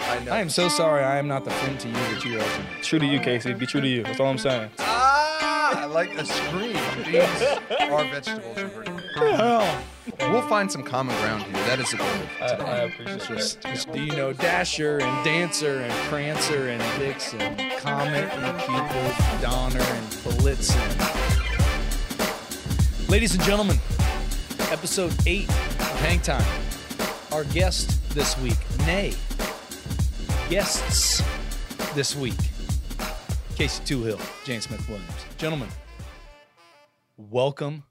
stand up. I am so sorry I am not the friend to you that you are. True to you, Casey. Be true to you. That's all I'm saying. Ah, I like a scream. Beans are vegetables. and fruit. We'll find some common ground here. That is the goal. I, I appreciate Just- that. Do you know Dasher and Dancer and Prancer and Vixen, Comet and Cupid, Donner and Blitzen? Ladies and gentlemen, episode eight of Hang Time. Our guest this week, nay, guests this week, Casey Toohill, Jane Smith Williams. Gentlemen, welcome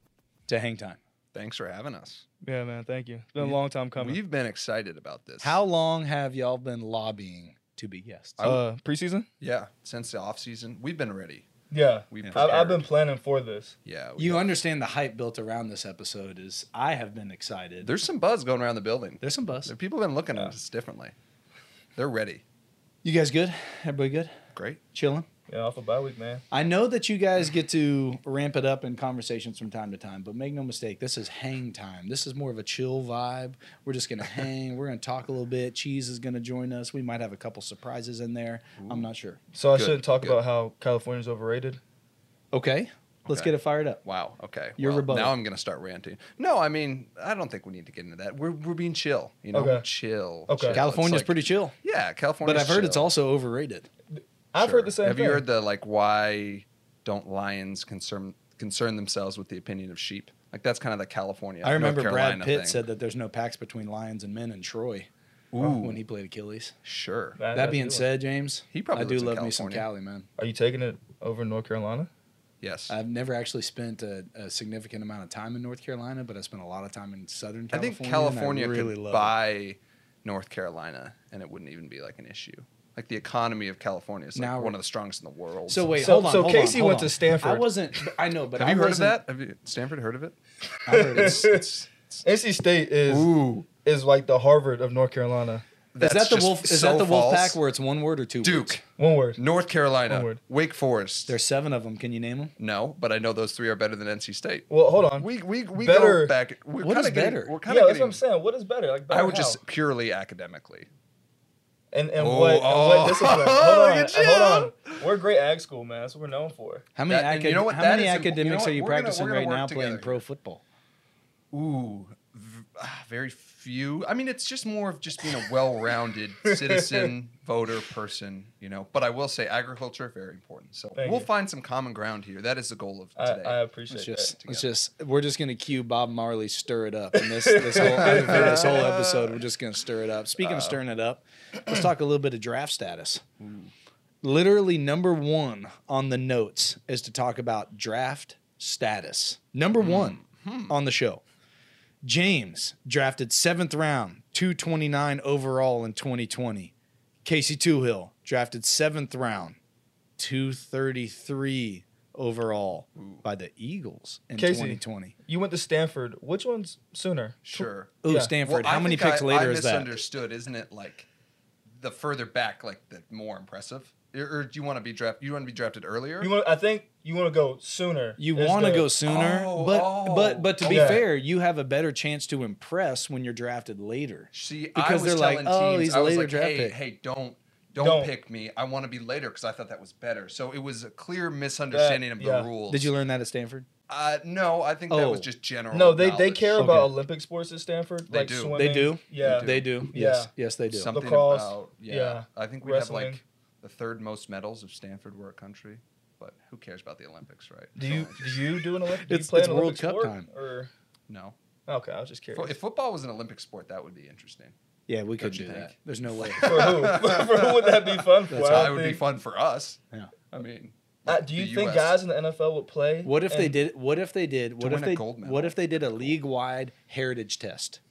to Hang Time. Thanks for having us. Yeah, man. Thank you. It's been a long time coming. We've been excited about this. How long have y'all been lobbying to be guests? Uh, preseason? Yeah, since the off season, we've been ready. Yeah. We I've, I've been prepared. planning for this. Yeah, we- You understand the hype built around this episode is I have been excited. there's some buzz going around the building. There's some buzz. There- People have been looking at us differently. They're ready. You guys good? Everybody good? Great. Chilling? Yeah, off a bye week, man. I know that you guys get to ramp it up in conversations from time to time, but make no mistake, this is hang time. This is more of a chill vibe. We're just going to hang. We're going to talk a little bit. Cheese is going to join us. We might have a couple surprises in there. I'm not sure. So I Good, shouldn't talk good. about how California's overrated. Okay. Let's Okay. get it fired up. Wow. Okay. Your well, rebuttal. Now I'm gonna start ranting. No, I mean I don't think we need to get into that. We're we're being chill. You know, Okay. chill. Okay. chill. It's California's like- pretty chill, Yeah, California. but I've heard it's also overrated. I've Sure. heard the same Have thing. you heard the like why don't lions concern concern themselves with the opinion of sheep? Like that's kind of the California. I remember North Brad Carolina Pitt thing. said that there's no pacts between lions and men in Troy Ooh. when he played Achilles. Sure. That- That that's being good. said, James, He probably I do lives in love me some Cali, California. man. Are you taking it over North Carolina? Yes. I've never actually spent a, a significant amount of time in North Carolina, but I spent a lot of time in Southern I California. think California and I really could love buy North Carolina, and it wouldn't even be like an issue. Like the economy of California is like Now- one of the strongest in the it. world. So wait, So- hold on. so hold Casey on, hold went to on. Stanford. I wasn't. I know, but have I you heard of wasn't- that? Have you Stanford heard of it? I heard of It's, it. it's, it's NC State is ooh. is like the Harvard of North Carolina. Is that's that the just wolf? Is so that the wolf false. pack where it's one word or two? Words? Duke, One word. North Carolina, One word. Wake Forest. There's seven of them. Can you name them? no, but I know those three are better than NC State. Well, hold on. We we we go Better- back. We're What kinda is getting- better? We're kind yeah, of that's getting. what I'm saying. What is better? Like better I would how? just purely academically. and and Oh, what, and oh. what discipline? Hold on, Look at hold on. We're a great ag school, man. That's what we're known for. How many, That- and acad- you know what? how That is many im- you academics know what? are you We're gonna- practicing we're gonna right now work playing together pro here. football? Ooh, v- ah, very few. I mean, it's just more of just being a well-rounded citizen, voter, person, you know. But I will say, agriculture very important. So Thank we'll you. find some common ground here. That is the goal of I, today. I Let's appreciate just, that. let's just, we're just gonna cue Bob Marley, stir it up, and this this whole, I think this whole episode, we're just gonna stir it up. Speaking of stirring it up, let's talk a little bit of draft status. Mm. Literally number one on the notes is to talk about draft status. Number Mm. one Hmm. on the show. James drafted seventh round, 229 overall in 2020. Casey Toohill drafted seventh round, 233 overall by the Eagles in Casey. 2020. You went to Stanford. Which one's sooner? sure. Ooh, Yeah. Well, Stanford. I How many think picks I, later I is that? Misunderstood, isn't it? Like the further back, like the more impressive. Or, or do you want to be draft? You want to be drafted earlier? You want? I think you want to go sooner. You is want to the- go sooner, Oh, but oh, but but to be okay. fair, you have a better chance to impress when you're drafted later. See, I Because was they're like, telling "Oh, teams, he's a I was later like, draft hey, pick." hey, don't, don't, Don't. pick me. I want to be later because I thought that was better. So it was a clear misunderstanding of the yeah. rules. Did you learn that at Stanford? Uh, no, I think that was Oh. just general. No, they, they knowledge. care about Okay. Olympic sports at Stanford. They like do. Swimming. They do? Yeah. do. They do. Yeah. Yes. Yes, they do. something Lacrosse, about. Yeah, yeah, I think we have wrestling. like the third most medals if Stanford were a country. But who cares about the Olympics, right? Do you do you do an Olympic? Do you It's- play it's an World Olympic Cup sport? time. Or No. okay, I was just Fo- curious. If football was an Olympic sport, that would be interesting. yeah, we could Don't you do that. think? There's no way. for who? for who would that be fun for? That's I Well, don't it would be think- fun for us. Yeah. I mean, Uh, do you the think US. guys in the NFL would play? What if they and- did? What if they did? What win if a they? gold medal. What if they did a league-wide heritage test,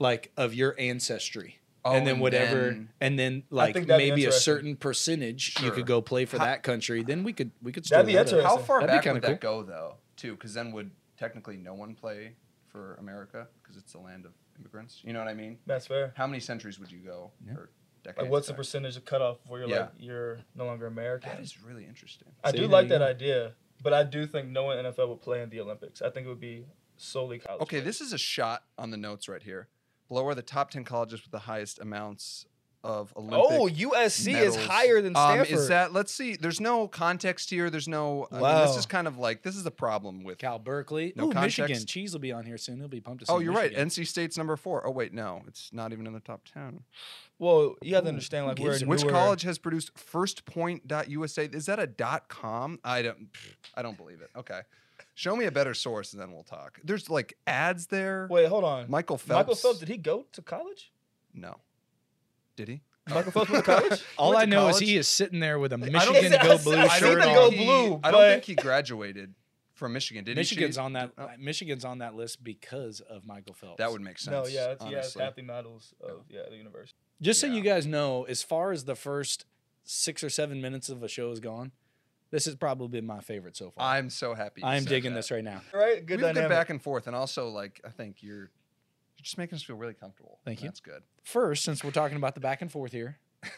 like of your ancestry, Oh, and then and whatever, then- and then like think that'd be maybe a interesting. certain percentage you Sure. could go play for How- that country? Then we could we could. stir That'd be that up. interesting. How far That'd be back kinda would that go though, too? Because then would technically no one play for America because it's the land of immigrants. You know what I mean? That's fair. How many centuries would you go Yeah. or decades? Like, what's the back? percentage of cutoff where you're Yeah. like you're no longer American? That is really interesting. I See, do there like you that go. idea, but I do think no one in NFL would play in the Olympics. I think it would be solely college. Okay, this is a shot on the notes right here. Below are the top ten colleges with the highest amounts of Olympic. Oh, USC medals. is higher than Um, Stanford. is that? Let's see. There's no context here. There's no. I mean, Wow. this is kind of like this is the problem with. Cal Berkeley. No Ooh, Michigan. context. Cheese will be on here soon. He'll be pumped to see Oh, you're right. Michigan. NC State's number four. Oh wait, no, it's not even in the top ten. Well, you have Ooh, to understand, who like, we're gives a a- Which newer- college has produced firstpoint.usa? Is that a dot com? I don't. pff, I don't believe it. Okay, show me a better source and then we'll talk. There's like ads there. Wait, hold on. Michael Phelps. Michael Phelps, did he go to college? No. Did he? Michael Phelps went to college? All Went I to know is college. he is sitting there with a I don't Michigan think- Go Blue I don't shirt think Michigan Go on. he- Blue, I don't but- think he graduated from Michigan. Did Michigan's he? Cheese? on that. Oh. Michigan's on that list because of Michael Phelps. That would make sense. No, yeah, it's, yeah, it's honestly. half the medals of yeah the university. Just so Yeah. you guys know, as far as the first six or seven minutes of a show is gone, this has probably been my favorite so far. I'm so happy. you I am said digging that. this right now. Right, good We've been dynamic. back and forth, and also like I think you're you're just making us feel really comfortable. Thank and you. That's good. First, since we're talking about the back and forth here,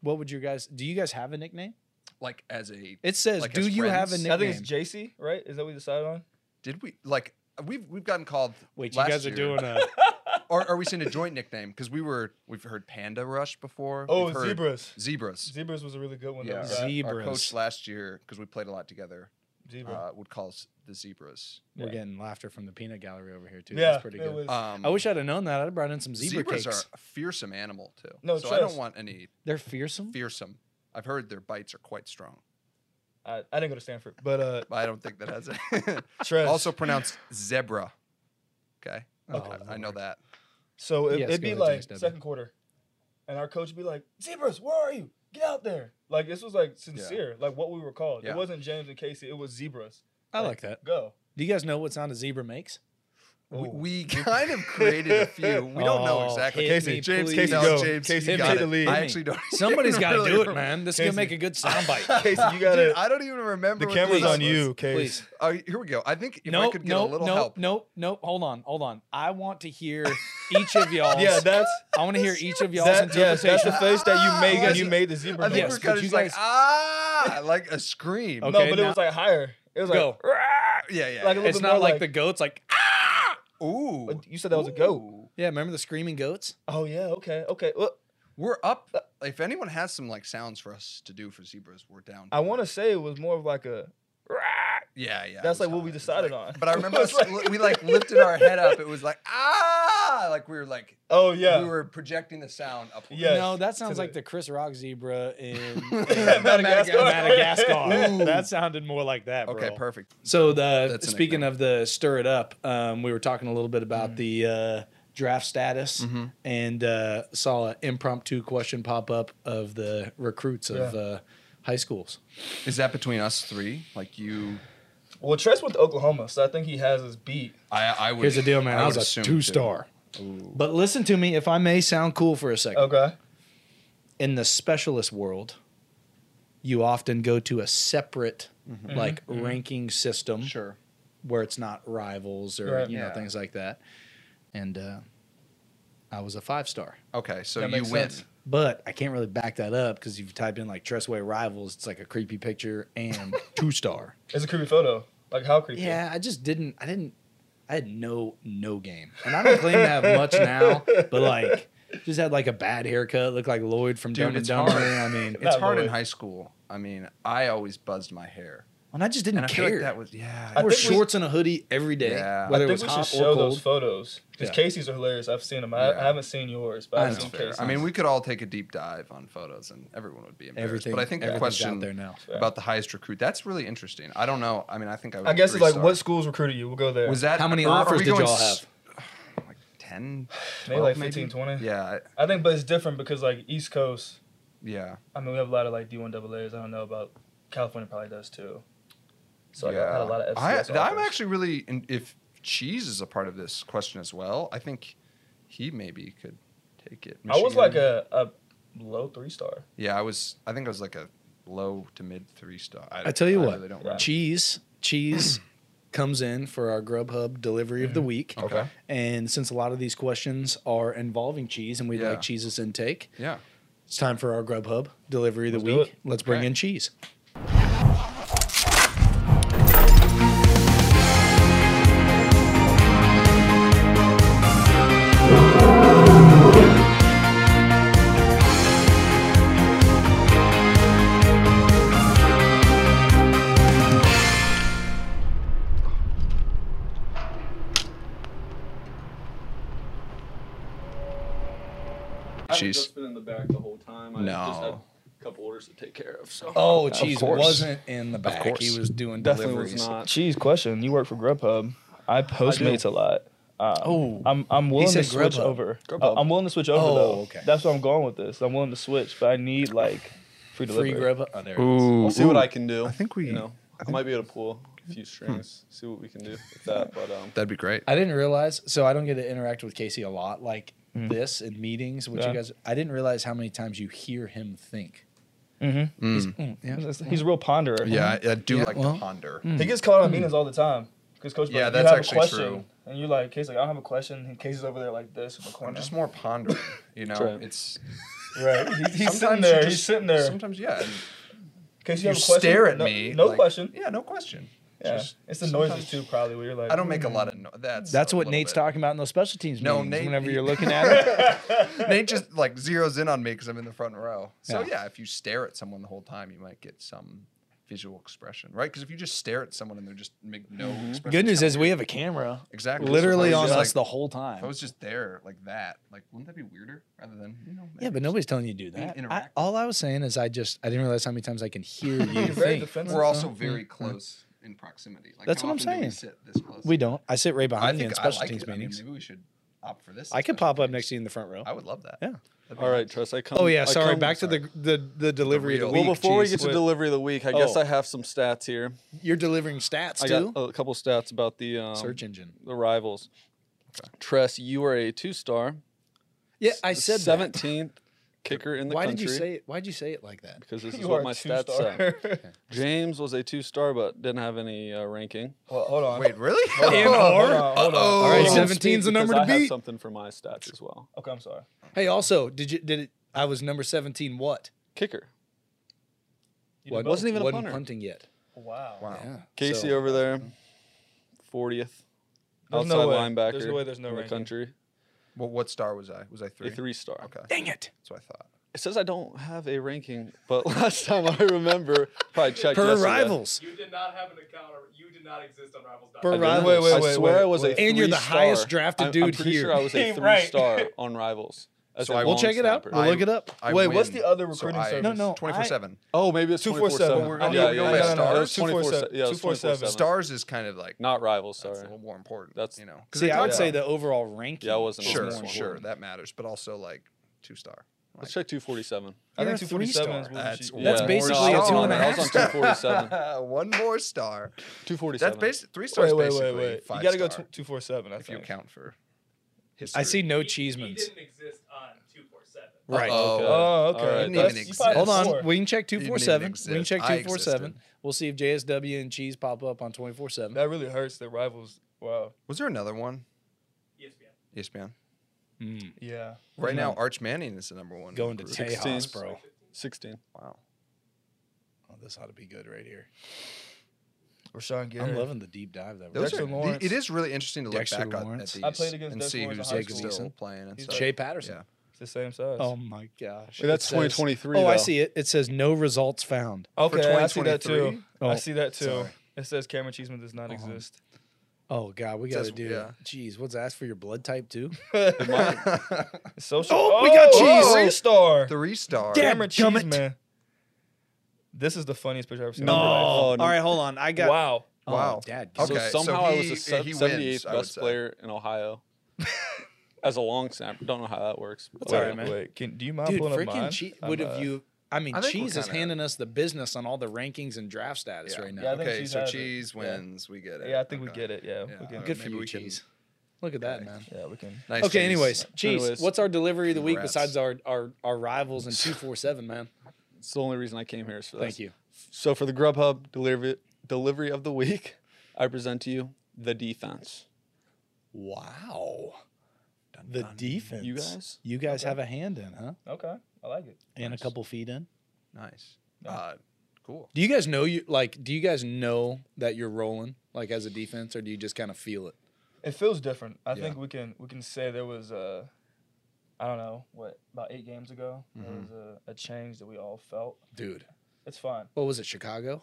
what would you guys? Do you guys have a nickname? Like as a It says, Like "Do as you have a friends? nickname?" I think it's JC, right? Is that what we decided on? did we like we've we've gotten called. Wait, you last guys are year. doing a. Or are we saying a joint nickname? Because we were we've heard Panda Rush before. Oh, we've heard zebras. Zebras. Zebras was a really good one. Yeah, Yeah, our, Zebras. zebra. our Zebras. coach last year because we played a lot together zebra. uh, would call us the Zebras. We're Yeah. getting laughter from the peanut gallery over here too. yeah, That's pretty it good. was- Um, I wish I'd have known that. I'd have brought in some zebra zebras cakes. are a fearsome animal too. No, so I don't trust. want any They're fearsome. fearsome. I've heard their bites are quite strong, I, I didn't go to Stanford, but uh, but I don't think that has it. Trez. also pronounced zebra. Okay. Oh, Okay, I know Lord. that. so it, Yes, it'd go be to like JSW. second quarter, and our coach would be like, "Zebras, where are you? Get out there!" Like this was like sincere, like what we were called. Yeah. It wasn't James and Casey. It was zebras. I like that. Go. Do you guys know what sound a zebra makes? We, we kind of created a few. We don't know Oh, exactly. hit Casey, me, James, please. Casey, James, Go. you Casey, got take it. the lead. I actually don't. Somebody's even got to really do it, remember. man. This is gonna Casey. make a good soundbite. Casey, you got Dude, it. I don't even remember. The what camera's this on was. you, Casey. Please. Uh, here we go. I think if I Nope, could get nope, a little nope, help. nope, nope. Hold on, hold on. I want to hear each of y'all. Yeah, that's I want to hear each of y'all's that. Yes, interpretation. that's the face that you made when guys- you made the zebra. I think Yes, noise. we're but kind you of just like guys- ah, like a scream. Okay. no, but it now- was like higher. It was like Go. Yeah, yeah. Like a yeah. It's bit not more like, like- the goats. Like "Ah." Ooh, But you said that was a goat. Ooh. yeah, remember the screaming goats? Oh yeah. Okay. Okay. Well, We're up. If anyone has some like sounds for us to do for zebras, we're down. I want to say it was more of like a. Yeah, yeah. it That's was like what high. we It was decided like- on. But I remember It was us- we like lifted our head up. It was like ah, like we were like Oh yeah. we were projecting the sound upward. Yes. No, that sounds to like the- the Chris Rock zebra in, in Madagascar. Madagascar. Ooh. that sounded more like that. Okay, bro. perfect. So the That's a speaking nickname. of the stir it up, um, we were talking a little bit about the uh, draft status and uh, saw an impromptu question pop up of the recruits of Yeah. uh, high schools. Is that between us three? Like you, Well, Tress went to Oklahoma, so I think he has his beat. I, I would. Here's the deal, man. I, would was a assume two too. star. But listen to me, if I may sound cool for a second. Okay. In the specialist world, you often go to a separate like ranking system Sure. where it's not rivals or Right. you know Yeah. things like that. And uh, I was a five star. Okay, so That you makes win. sense. But I can't really back that up because if you type in like Tressway rivals, it's like a creepy picture and two star. It's a creepy photo. Like how creepy? Yeah, I just didn't. I didn't. I had no no game, and I don't claim to have much now. But like, just had like a bad haircut, looked like Lloyd from Dude, Dumb and it's Dumber. hard. I mean, It's Not hard in really. high school. I mean, I always buzzed my hair, and I just didn't and I feel care. like that was yeah. I I wore think we- shorts and a hoodie every day, Yeah. whether I it was think we should hot show or those cold. photos because Yeah. Casey's are hilarious. I've seen them. I, Yeah. I haven't seen yours, but I I've know. That's seen fair. Casey's. I mean, we could all take a deep dive on photos, and everyone would be embarrassed. Everything. but I think the everything's question out there now. about the highest recruit that's really interesting. I don't know. I mean, I think I. Would I guess it's like three-star. what schools recruited you. We'll go there. was that? How many or are offers we did going y'all s- Like 10, maybe like 12 maybe? 15, 20? Yeah, I- I think, but it's different because like East Coast. yeah. I mean, we have a lot of like D1 AA's. I don't know about California. Probably does too. So like, I had a lot of. I, FCS I'm offers. actually really in, if cheese is a part of this question as well. I think he maybe could take it. I was like Michigan. a, a low three star. yeah. I was. I think I was like a low to mid three star. I tell you what, really don't Yeah. remember. Cheese, cheese comes in for our Grubhub delivery of the week. Mm-hmm. Okay. And since a lot of these questions are involving cheese and we Yeah. like cheese's intake, Yeah. it's time for our Grubhub delivery of the Let's do week. it. Let's bring Okay. in cheese. been in the back the whole time. I just had No. a couple orders to take care of. So Oh, jeez, course. wasn't in the back. course. He was doing Definitely deliveries. was not. Cheese question. You work for Grubhub. I Postmates a lot. Um, Oh. I'm I'm willing to said switch Grubhub. over. Grubhub. I- I'm willing to switch over Oh, though. okay. That's where I'm going with this. I'm willing to switch, but I need like free delivery. Free grub. Oh, there it is. Ooh, I'll see what ooh. I can do. I think we- you know, I I, think- Hmm. might be able to pull a few strings, see what we can do with that. But um, That'd be great. I didn't realize. So I don't get to interact with Casey a lot like this in meetings. Which Yeah. you guys, I didn't realize how many times you hear him think. Mm-hmm. Mm. Mm, yeah. He's a real ponderer. Yeah, I, I do Yeah, like well, to ponder. He gets caught on meetings all the time. Because coach, be Yeah, like, that's you have actually a question, true. And you're like, Casey's like, I don't have a question. And Casey's over there like this in the corner. I'm just more pondering, you know. right. It's right. He's, he's sitting sometimes you there. just- he's sitting there. Sometimes, yeah. and Casey, you, you have a question? stare at No- me. No like- question. Yeah, no question. Yeah. just it's the sometimes- noises too, probably. Where you're like, "Mm, I don't make a lot of no- that's That's a what little Nate's bit. talking about in those special teams. No, meetings, Nate- Whenever he- you're looking at it. Nate just like zeroes in on me because I'm in the front row. So Yeah. yeah. if you stare at someone the whole time, you might get some visual expression, right? Because if you just stare at someone and they're just make no expression, Good news is we have a camera exactly literally If I on was us just, the like- whole If I time. was just there like that, like wouldn't that be weirder rather than you know? Yeah, but nobody's telling you to do Being that. I, interactive. all I was saying is I just I didn't realize how many times I can hear you You're very think. defensive. We're also very close in proximity. Like, That's how what I'm often do We saying. sit this close. We don't. I sit right I behind you in think I special like teams it. I mean, meetings. maybe we should opt for this. I could instead of pop up this. next to you in the front row. I would love that. Yeah. That'd be all right, awesome. Tress, I come. Oh yeah, I sorry. come- Back to the the the delivery The of the real- week. Well, before we Jeez. get to Wait. delivery of the week, I guess Oh. I have some stats here. you're delivering stats I too. got a couple stats about the um, Search engine. the rivals. Tress, you are a two star. Yeah, I said that. seventeenth kicker in the Why country. did you say it? Why'd you say it like that? Because this is You what are my two stats say. star. James was a two star, but didn't have any uh, ranking. well, hold on. Wait, really? In or? hold on. Uh-oh. All right, Hold on, 17's the Um, because number to I have beat. something for my stats as well. Okay, I'm sorry. Hey, also, did you did it? I was number seventeen. What? Kicker. You did What- both? Wasn't even a wasn't punter. punting yet. Wow. Wow. So- Casey um, over there, fortieth. There's Outside no way. linebacker. There's no way there's no in the ranking. country. Well, what star was I? Was I three? A three star. Okay, that's Dang it! what I thought. It says I don't have a ranking, but last time I remember, probably checked. Per yesterday. rivals, You did not have an account. Or you did not exist on Rivals.com. Per I didn't. Rivals. Wait, wait, I wait, swear wait, I was a wait. three And you're the highest star. drafted I'm- I'm, dude pretty here. Sure I was a three Right. star on Rivals. as So a I- we'll long check it out. snapper. We'll look it up. I Wait, what's win. the other So recruiting I- service? No, no, Twenty-four I- seven. Oh, maybe it's Two two four four seven. seven. We're Yeah, gonna yeah, go yeah, by yeah. stars. No, it was Two four 24 seven. Yeah, it was Two four 24 seven. Stars is kind of like Not rivals. Sorry. that's a little more important. That's- you know. 'Cause See, it I would does- say the overall ranking. Yeah, I wasn't is on Sure, this more one. sure, important. that matters, but also like two star. Let's check 247. I You're a think 247 is three-star. what That's she- one That's more basically a star. two and a I was on half. 247. one more star. 247. That's basic. Three stars. Wait, wait, basically wait, wait. Five You gotta go star, two four seven. I if you think. account for history. I see no He- He Cheesemans. didn't exist on 247. Right. Uh-oh. Okay. Oh, okay. All right, Didn't That's- even you probably exist. Hold had on, four. we can check two Didn't four even seven. We can exist. check I two four seven. We'll see if JSW and Cheese pop up on twenty four seven. That really hurts. That rivals. Wow. Was there another one? E ESPN. ESPN. Mm. Yeah. Right now, Arch Manning is the number one. Hmm. Going to recruit. Tejas, 16. bro. 16. Wow. Oh, this ought to be good right here. Rashawn Gary. I'm loving the deep dive that we're Those Dexter are, doing. the- Lawrence. it is really interesting to look Dexter back on at Lawrence. these I played against and Dexter see Lawrence who's in high still school. playing. And He's stuff. Shea Patterson. Yeah. It's the same size. Oh my gosh. Wait, that's It says- 2023, Oh, I though. see it. It says no results found. okay. I see that too. 2023? Oh, I see that too. sorry. It says Cameron Cheeseman does Uh-huh. not exist. Oh god, we gotta says- do. yeah. Geez, what's asked for your blood type too? Social. Oh, we got cheese. Three star. Three star. Damn. Cameron Gummit. Cheeseman. This is the funniest picture I've ever seen. No. in my life. Oh, all right, hold on. I got. Wow. Oh, Wow. Dad. So Okay, so somehow I was he- a se- he wins, 78th I would best say. player in Ohio as a long snapper. Don't know how that works. That's all right, man. Wait, can, do you mind dude, pulling up freaking mine? cheese. I'm, Would uh, have you? I mean, I think we're cheese is kinda- handing us the business on all the rankings and draft status Yeah. right now. Yeah, I think Okay, Cheese so has it. cheese Yeah. wins. We get it. Yeah, I think we Okay. get it. Yeah, Yeah, we all can. right. Good for maybe you, we can- cheese. Look at that, man. Yeah, we can. Nice Okay, cheese. anyways, cheese. Anyways. What's our delivery of the week Congrats. besides our our, our rivals in two four seven, man? It's the only reason I came here is for that. Thank you. So for the Grubhub delivery delivery of the week, I present to you the defense. Wow. The defense. You guys? You guys have a hand in, huh? Okay, I like it. And a Nice. couple feet in. Nice. Uh, cool. Do you guys know you like? Do you guys know that you're rolling like as a defense, or do you just kind of feel it? It feels different. I Yeah. think we can we can say there was a, I don't know what about eight games ago there Mm-hmm. was a, a change that we all felt. Dude, It's fine. what was it? Chicago.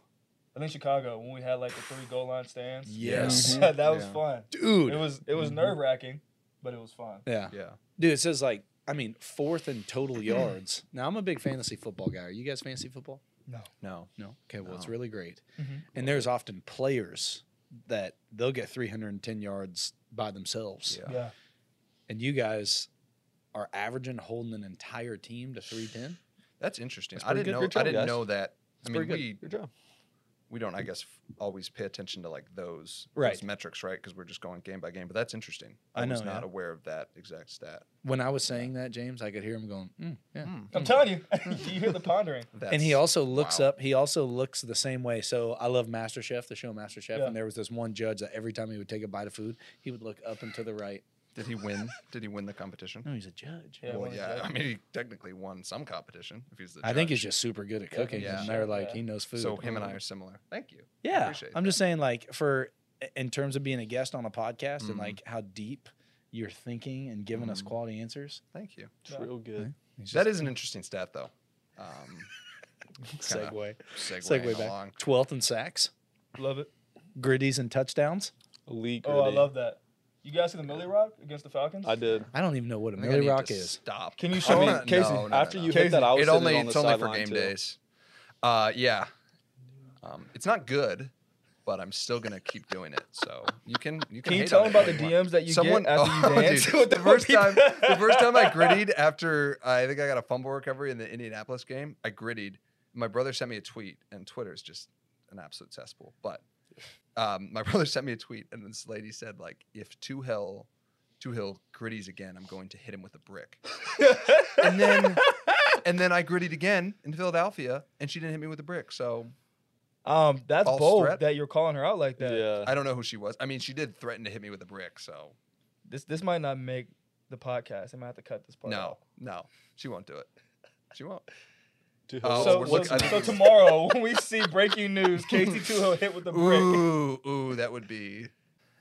I think Chicago when we had like the three goal line stands. Yes. that was Mm-hmm. Yeah. Mm-hmm. fun. Dude. It was it was nerve wracking, but it was fun. yeah. Yeah. Dude, it says like I mean, fourth in total yards. Now, I'm a big fantasy football guy. Are you guys fantasy football? No. No. No. Okay, well, it's No. really great. Mhm. And there's often players that they'll get 310 yards by themselves. Yeah. Yeah. And you guys are averaging holding an entire team to 310. That's interesting. That's I pretty didn't good. know. Good job, I didn't guys. know that. I That's mean, pretty good. we Good job. we don't, I guess, f- always pay attention to like those, Right. those metrics, right? Because we're just going game by game. But that's interesting. I was know, not yeah. aware of that exact stat. Hmm. When I was saying that, James, I could hear him going, "Mm, yeah. I'm telling you, you hear the pondering. That's, and he also looks wow. up. He also looks the same way. So I love MasterChef, the show MasterChef, Yeah. and there was this one judge that every time he would take a bite of food, he would look up and to the right. did he win? Did he win the competition? No, he's a judge. Yeah, well, when he's yeah. like- I mean, he technically won some competition. If he's the, I think judge. he's just super good at Yeah, cooking. yeah. And they're like, Yeah. he knows food. So him and I are similar. Thank you. Yeah, appreciate I'm just that. saying, like, for in terms of being a guest on a podcast and Mhm. like how deep you're thinking and giving us Mhm. quality answers. Thank you. Yeah. Real good. That is an interesting stat, though. Um, kinda segue. segueing Segue along. back. Twelfth in sacks, Love it. gritties and touchdowns. Elite. Oh, I gritty. love that. You guys see the Millie Rock against the Falcons? I did. I don't even know what a I think I Millie need to Rock is. Stop. Can you show I me? mean, No, Casey, no, no, after no. you hit that, I was it sitting only on the it's only for sideline, game too. days. Uh, yeah, um, it's not good, but I'm still gonna keep doing it. So you can you can. Can you hate tell on them it about the all you DMs want. that you Someone, get after oh, you dance? dude, with the first people? time the first time I grittied after I think I got a fumble recovery in the Indianapolis game. I grittied. My brother sent me a tweet, and Twitter is just an absolute cesspool. But um, my brother sent me a tweet, and this lady said like, "If two hell, two hill gritties again, I'm going to hit him with a brick." and then and then I grittied again in Philadelphia, and she didn't hit me with a brick. So Um, that's False bold threat? that you're calling her out like that. Yeah. I don't know who she was. I mean, she did threaten to hit me with a brick. So This this might not make the podcast. I might have to cut this part. no, out. no, she won't do it. She won't. Dude, Oh, so, we're so, looking- I so think- tomorrow when we see breaking news, Casey Tuhill hit with the brick. Ooh, ooh, that would be.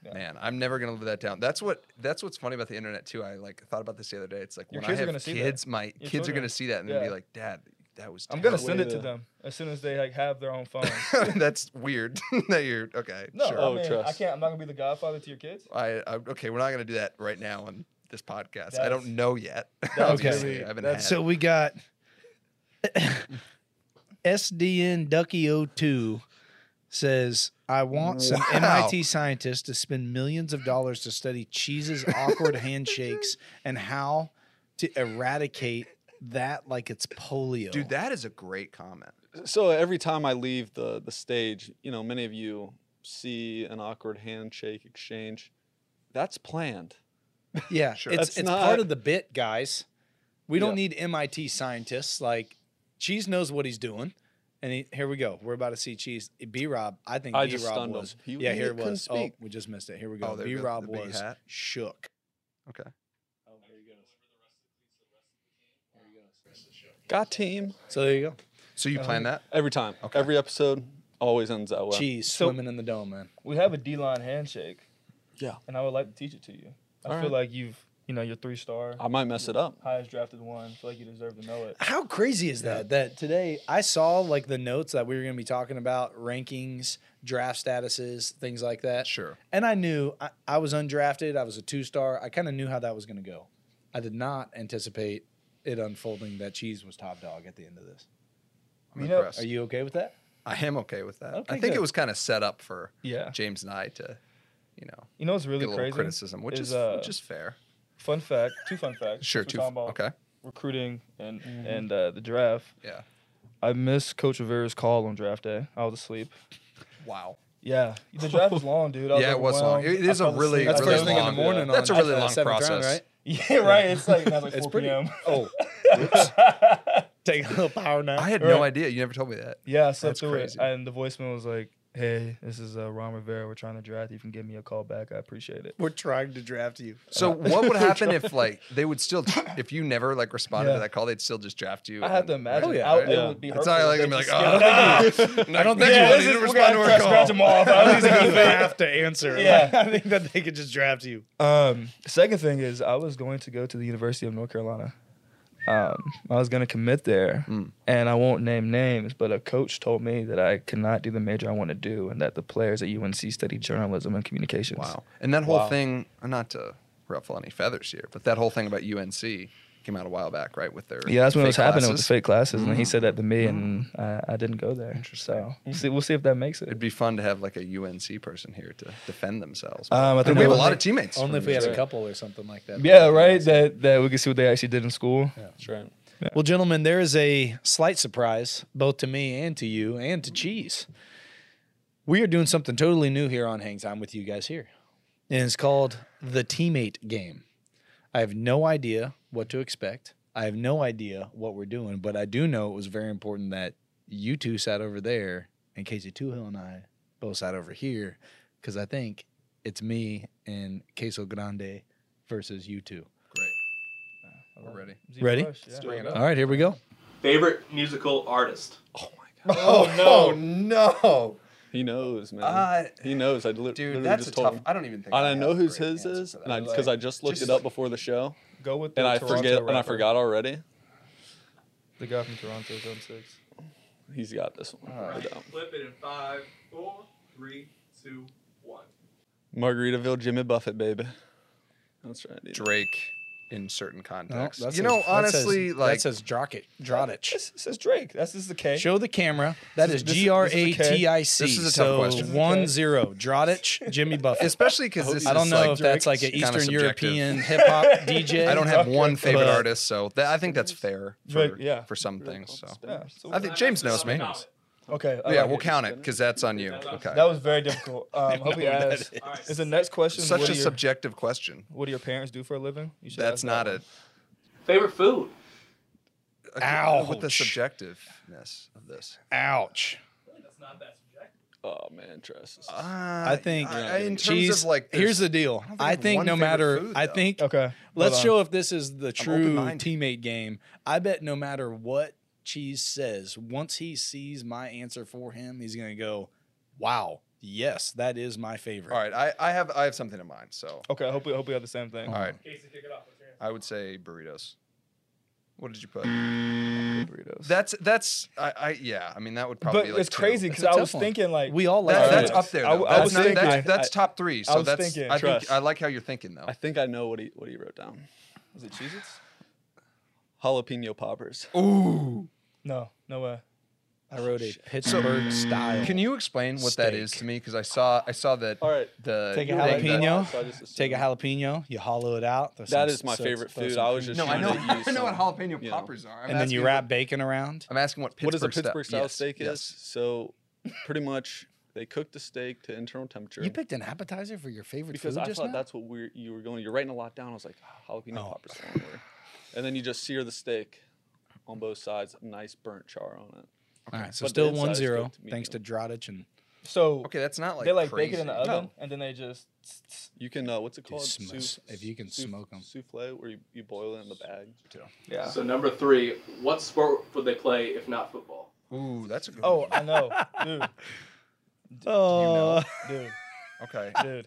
Yeah. Man, I'm never gonna live that down. That's what that's what's funny about the internet too. I like thought about this the other day. It's like Your when I kids are have gonna see that. kids, my kids are children. gonna see that and they'll be Yeah. like, "Dad, that was." I'm gonna Way send it to to- them as soon as they like have their own phone. terrible." that's weird. that you're okay. No, sure. Oh, I, mean, I trust. can't. I'm not gonna be the godfather to your kids. I, I okay, we're not gonna do that right now on this podcast. I That's- don't know yet. was Obviously, really- I haven't had. that's So we got SDN Ducky 02 says, I want some Wow. MIT scientists to spend millions of dollars to study cheese's awkward handshakes and how to eradicate that like it's polio. dude, that is a great comment. so every time I leave the the stage, you know, many of you see an awkward handshake exchange. That's planned. yeah, Sure. it's, That's it's not- part of the bit, guys. We don't Yeah. need MIT scientists. Like, Cheese knows what he's doing. And he, here we go. We're about to see Cheese. B Rob, I think I B just Rob stunned was. him. He, yeah, he here it couldn't was. Speak. Oh, we just missed it. Here we Oh, go. there B goes Rob the big was hat. shook. Okay, Got team So there you go. so you Um, plan that? every time. Okay. Every episode always ends that way. Cheese So- swimming in the dome, man. We have a D-line handshake. Yeah. And I would like to teach it to you. I All feel right. like you've, you know, you're three star, I might mess it up. highest drafted one. I feel like you deserve to know it. How crazy is that? That today I saw like the notes that we were going to be talking about rankings, draft statuses, things like that. Sure. And I knew I, I was undrafted. I was a two star. I kind of knew how that was going to go. I did not anticipate it unfolding that Cheese was top dog at the end of this. I'm You know- impressed. Are you okay with that? I am okay with that. I Okay, think good. it was kind of set up for Yeah. James and I to, you know, You know what's really get a little crazy? criticism, which is, is, uh, which is fair. Fun fact, two fun facts. Sure. since Too, we're talking about okay. Recruiting and Mm-hmm. and uh, the draft. Yeah. I missed Coach Rivera's call on draft day. I was asleep. Wow. Yeah, the draft was long, dude. I was Yeah, it was long. overwhelmed. It- it is I a fell really, asleep. That's really first thing in long. the morning. That's on- a really uh, long seventh round, process. right? Yeah, right. It's like, it's like It's 4 pretty- p.m. Oh, take a little power nap. I had no Right. idea. You never told me that. Yeah, I slept That's through crazy. it. And the voicemail was like, hey, this is uh, Ron Rivera. We're trying to draft. You can give me a call back. I appreciate it. We're trying to draft you. So what would happen if like they would still if you never like responded Yeah. to that call, they'd still just draft you. I have and- to imagine. Oh, yeah, I, right? It Yeah. would be It's hurtful not if like they I'm like, just- oh, I don't think I don't think Yeah, you this need is- to we're respond to gonna our scratch- scratch call. them off. I don't think even it's gonna have to answer. Yeah. "Ah." I think that they could just draft you. be- um, second thing is, I was going to go to the University of North Carolina. Um, I was going to commit there, Mm. and I won't name names, but a coach told me that I cannot do the major I want to do, and that the players at UNC study journalism and communications. Wow. And that whole Wow. thing, not to ruffle any feathers here, but that whole thing about UNC came out a while back, right? With their Yeah, that's when it was fake happening with the classes. fake classes, and he Mm. said that to me, and I, I didn't go there. So we'll see, we'll see if that makes it. It'd be fun to have like a UNC person here to defend themselves. Uh, Um, I But think we have a only- lot of teammates. Only from if we had a UNC. couple or something like that. Yeah, right. That that we could see what they actually did in school. That's right. Well, gentlemen, there is a slight surprise both to me and to you and to Cheese. We are doing something totally new here on Hang Time with you guys here. And it's called the teammate game. I have no idea what to expect. I have no idea what we're doing, but I do know it was very important that you two sat over there and Casey Tuhill and I both sat over here because I think it's me and Queso Grande versus you two. We're ready. Ready? Yeah. do it. All right, here we go. Favorite musical artist? Oh no, no, He knows, man. Uh, he knows. I li- dude, literally that's a just told tough. him. I don't even think. And I know have a whose great his answer is, for that. and I because I just looked just- it up before the show, Go with the and I Toronto forget, and I rapper. forgot already. The guy from Toronto, Zone Six. He's got this one. All I right. don't. Flip it in five, four, three, two, one. Margaritaville, Jimmy Buffett, baby. That's right. dude. Drake in certain No, contexts. that you says- know, that says- honestly, like that says Drockit, Drotic. This says Drake. That's this is the K. Show the camera. That is This is- this G is R okay. A T I C. This is a tough so question. One zero. Drotic, Jimmy Buffett. especially because this. I don't is, know like, if that's like an kinda Eastern subjective. European hip hop DJ. I don't have one favorite But- artist, so that, I think that's fair for, Drake, yeah. for some Really things. cool. So Spin. Yeah, so I think James knows me. okay. I yeah, like we'll it. count it because that's on you. Okay, That was very difficult. Um, hope you that asked. Is. the next question such what, a do your, subjective question. what do your parents do for a living? You should That's not ask that one. a Favorite food? Okay, uh, with the Ouch. subjectiveness of this. Ouch. That's not that subjective. Oh man, Tress. is- I think I, in terms cheese. of like this- here's the deal. don't think I I have think one no favorite matter. food, I though. think. Okay. Let's hold on. show if this is the true open-minded. teammate game. I bet no matter what Cheese says, once he sees my answer for him, he's gonna go, "Wow, yes, that is my favorite." all right. I, I have I have something in mind. So Okay. I hope we hope we have the same thing. all right, Casey, kick it off. What's your answer? I would say burritos. What did you put? Burritos. That's that's I, I yeah. I mean that would probably. But be like it's crazy two. because That's a I tough was one. thinking like We all like That's, Alright. that's up there. I though. w- I that's was not- thinking- that's, that's top three. So was that's thinking. I think Trust. I like how you're thinking though. I think I know what he what he wrote down. Is it Cheez-Its? Jalapeno poppers. Ooh. No, no way. I wrote a Pittsburgh style. Can you explain what that is Steak. to me? Because I saw I saw that All right. the Take a thing Like that- that, jalapeno? so I just take a assumed- jalapeno, you hollow it out? throw That some is my so- favorite throw food. some I was cream- just No, I trying know to use I know what some, jalapeno you know. poppers are. I'm and then you asking wrap what- bacon around. I'm asking what Pittsburgh what does a Pittsburgh style style yes, steak yes. is? So, pretty much, they cook the steak to internal temperature. You picked an appetizer for your favorite because food I just thought now? that's what we you were going. You're writing a lot down. I was like, "Ah, jalapeno Oh. poppers. are on there." And then you just sear the steak on both sides. Nice burnt char on it. All right, so But still the inside is 1 0, cooked thanks to Drotic and So Okay, that's not like they like crazy. bake it in the oven and then they just. You can uh, what's it Dude, called? sm- Souff- if you can souff- smoke 'em. Souffle, where you, you boil it in the bag. Yeah. So number three, what sport would they play if not football? Ooh, that's a good. Oh, I know, dude, Oh, dude, okay. Oh, dude,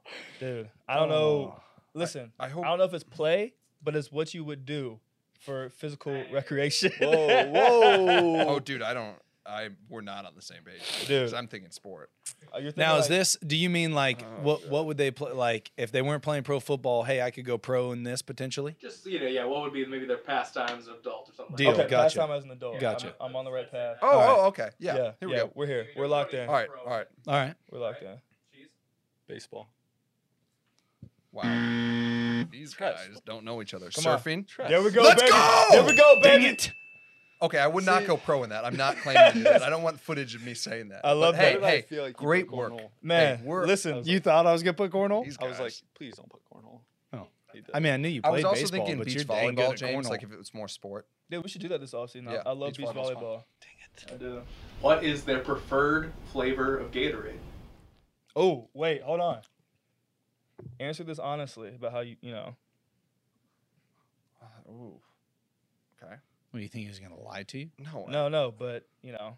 dude. I don't know. Listen, I hope I don't know if it's play, but it's what you would do for physical recreation. Whoa, whoa! Oh, dude, I don't. I we're not on the same page. 'cause Dude. I'm thinking sport. Are you Oh, thinking Now is like- this? Do you mean like Oh, what? God. What would they play? Like if they weren't playing pro football, hey, I could go pro in this potentially. Just you know, yeah. What would be maybe their pastimes of adult or something? Deal. Like Okay, that? last gotcha. time I was an adult. Gotcha. I'm, I'm on the right path. Oh, All oh, okay. Yeah. yeah. Here we yeah, go. We're here. We're locked in. All right. All right. All right. We're locked in. Cheese. Baseball. Wow. These Trust. guys don't know each other. Come on. Surfing. There we go, Let's baby. go! There we go, baby. Okay, I would not go pro in that. I'm not claiming to do that. I don't want footage of me saying that. I love but that. Hey, Why did I hey, feel like you great put work. cornhole? Man, we're- listen. was You thought I was gonna put cornhole? These I was like, guys. please don't put cornhole. These I guys. mean, I knew you I played was also baseball, thinking but beach you're dang good volleyball, at James. cornhole. Like if it was more sport. dude, we should do that this offseason. I- Yeah, I love beach beach, volleyball's fun. volleyball. Dang it. I do. What is their preferred flavor of Gatorade? Oh, wait, hold on. Answer this honestly about how you, you know. Uh, ooh. Okay. what do you think he's gonna lie to you? No. No, no, but, you know.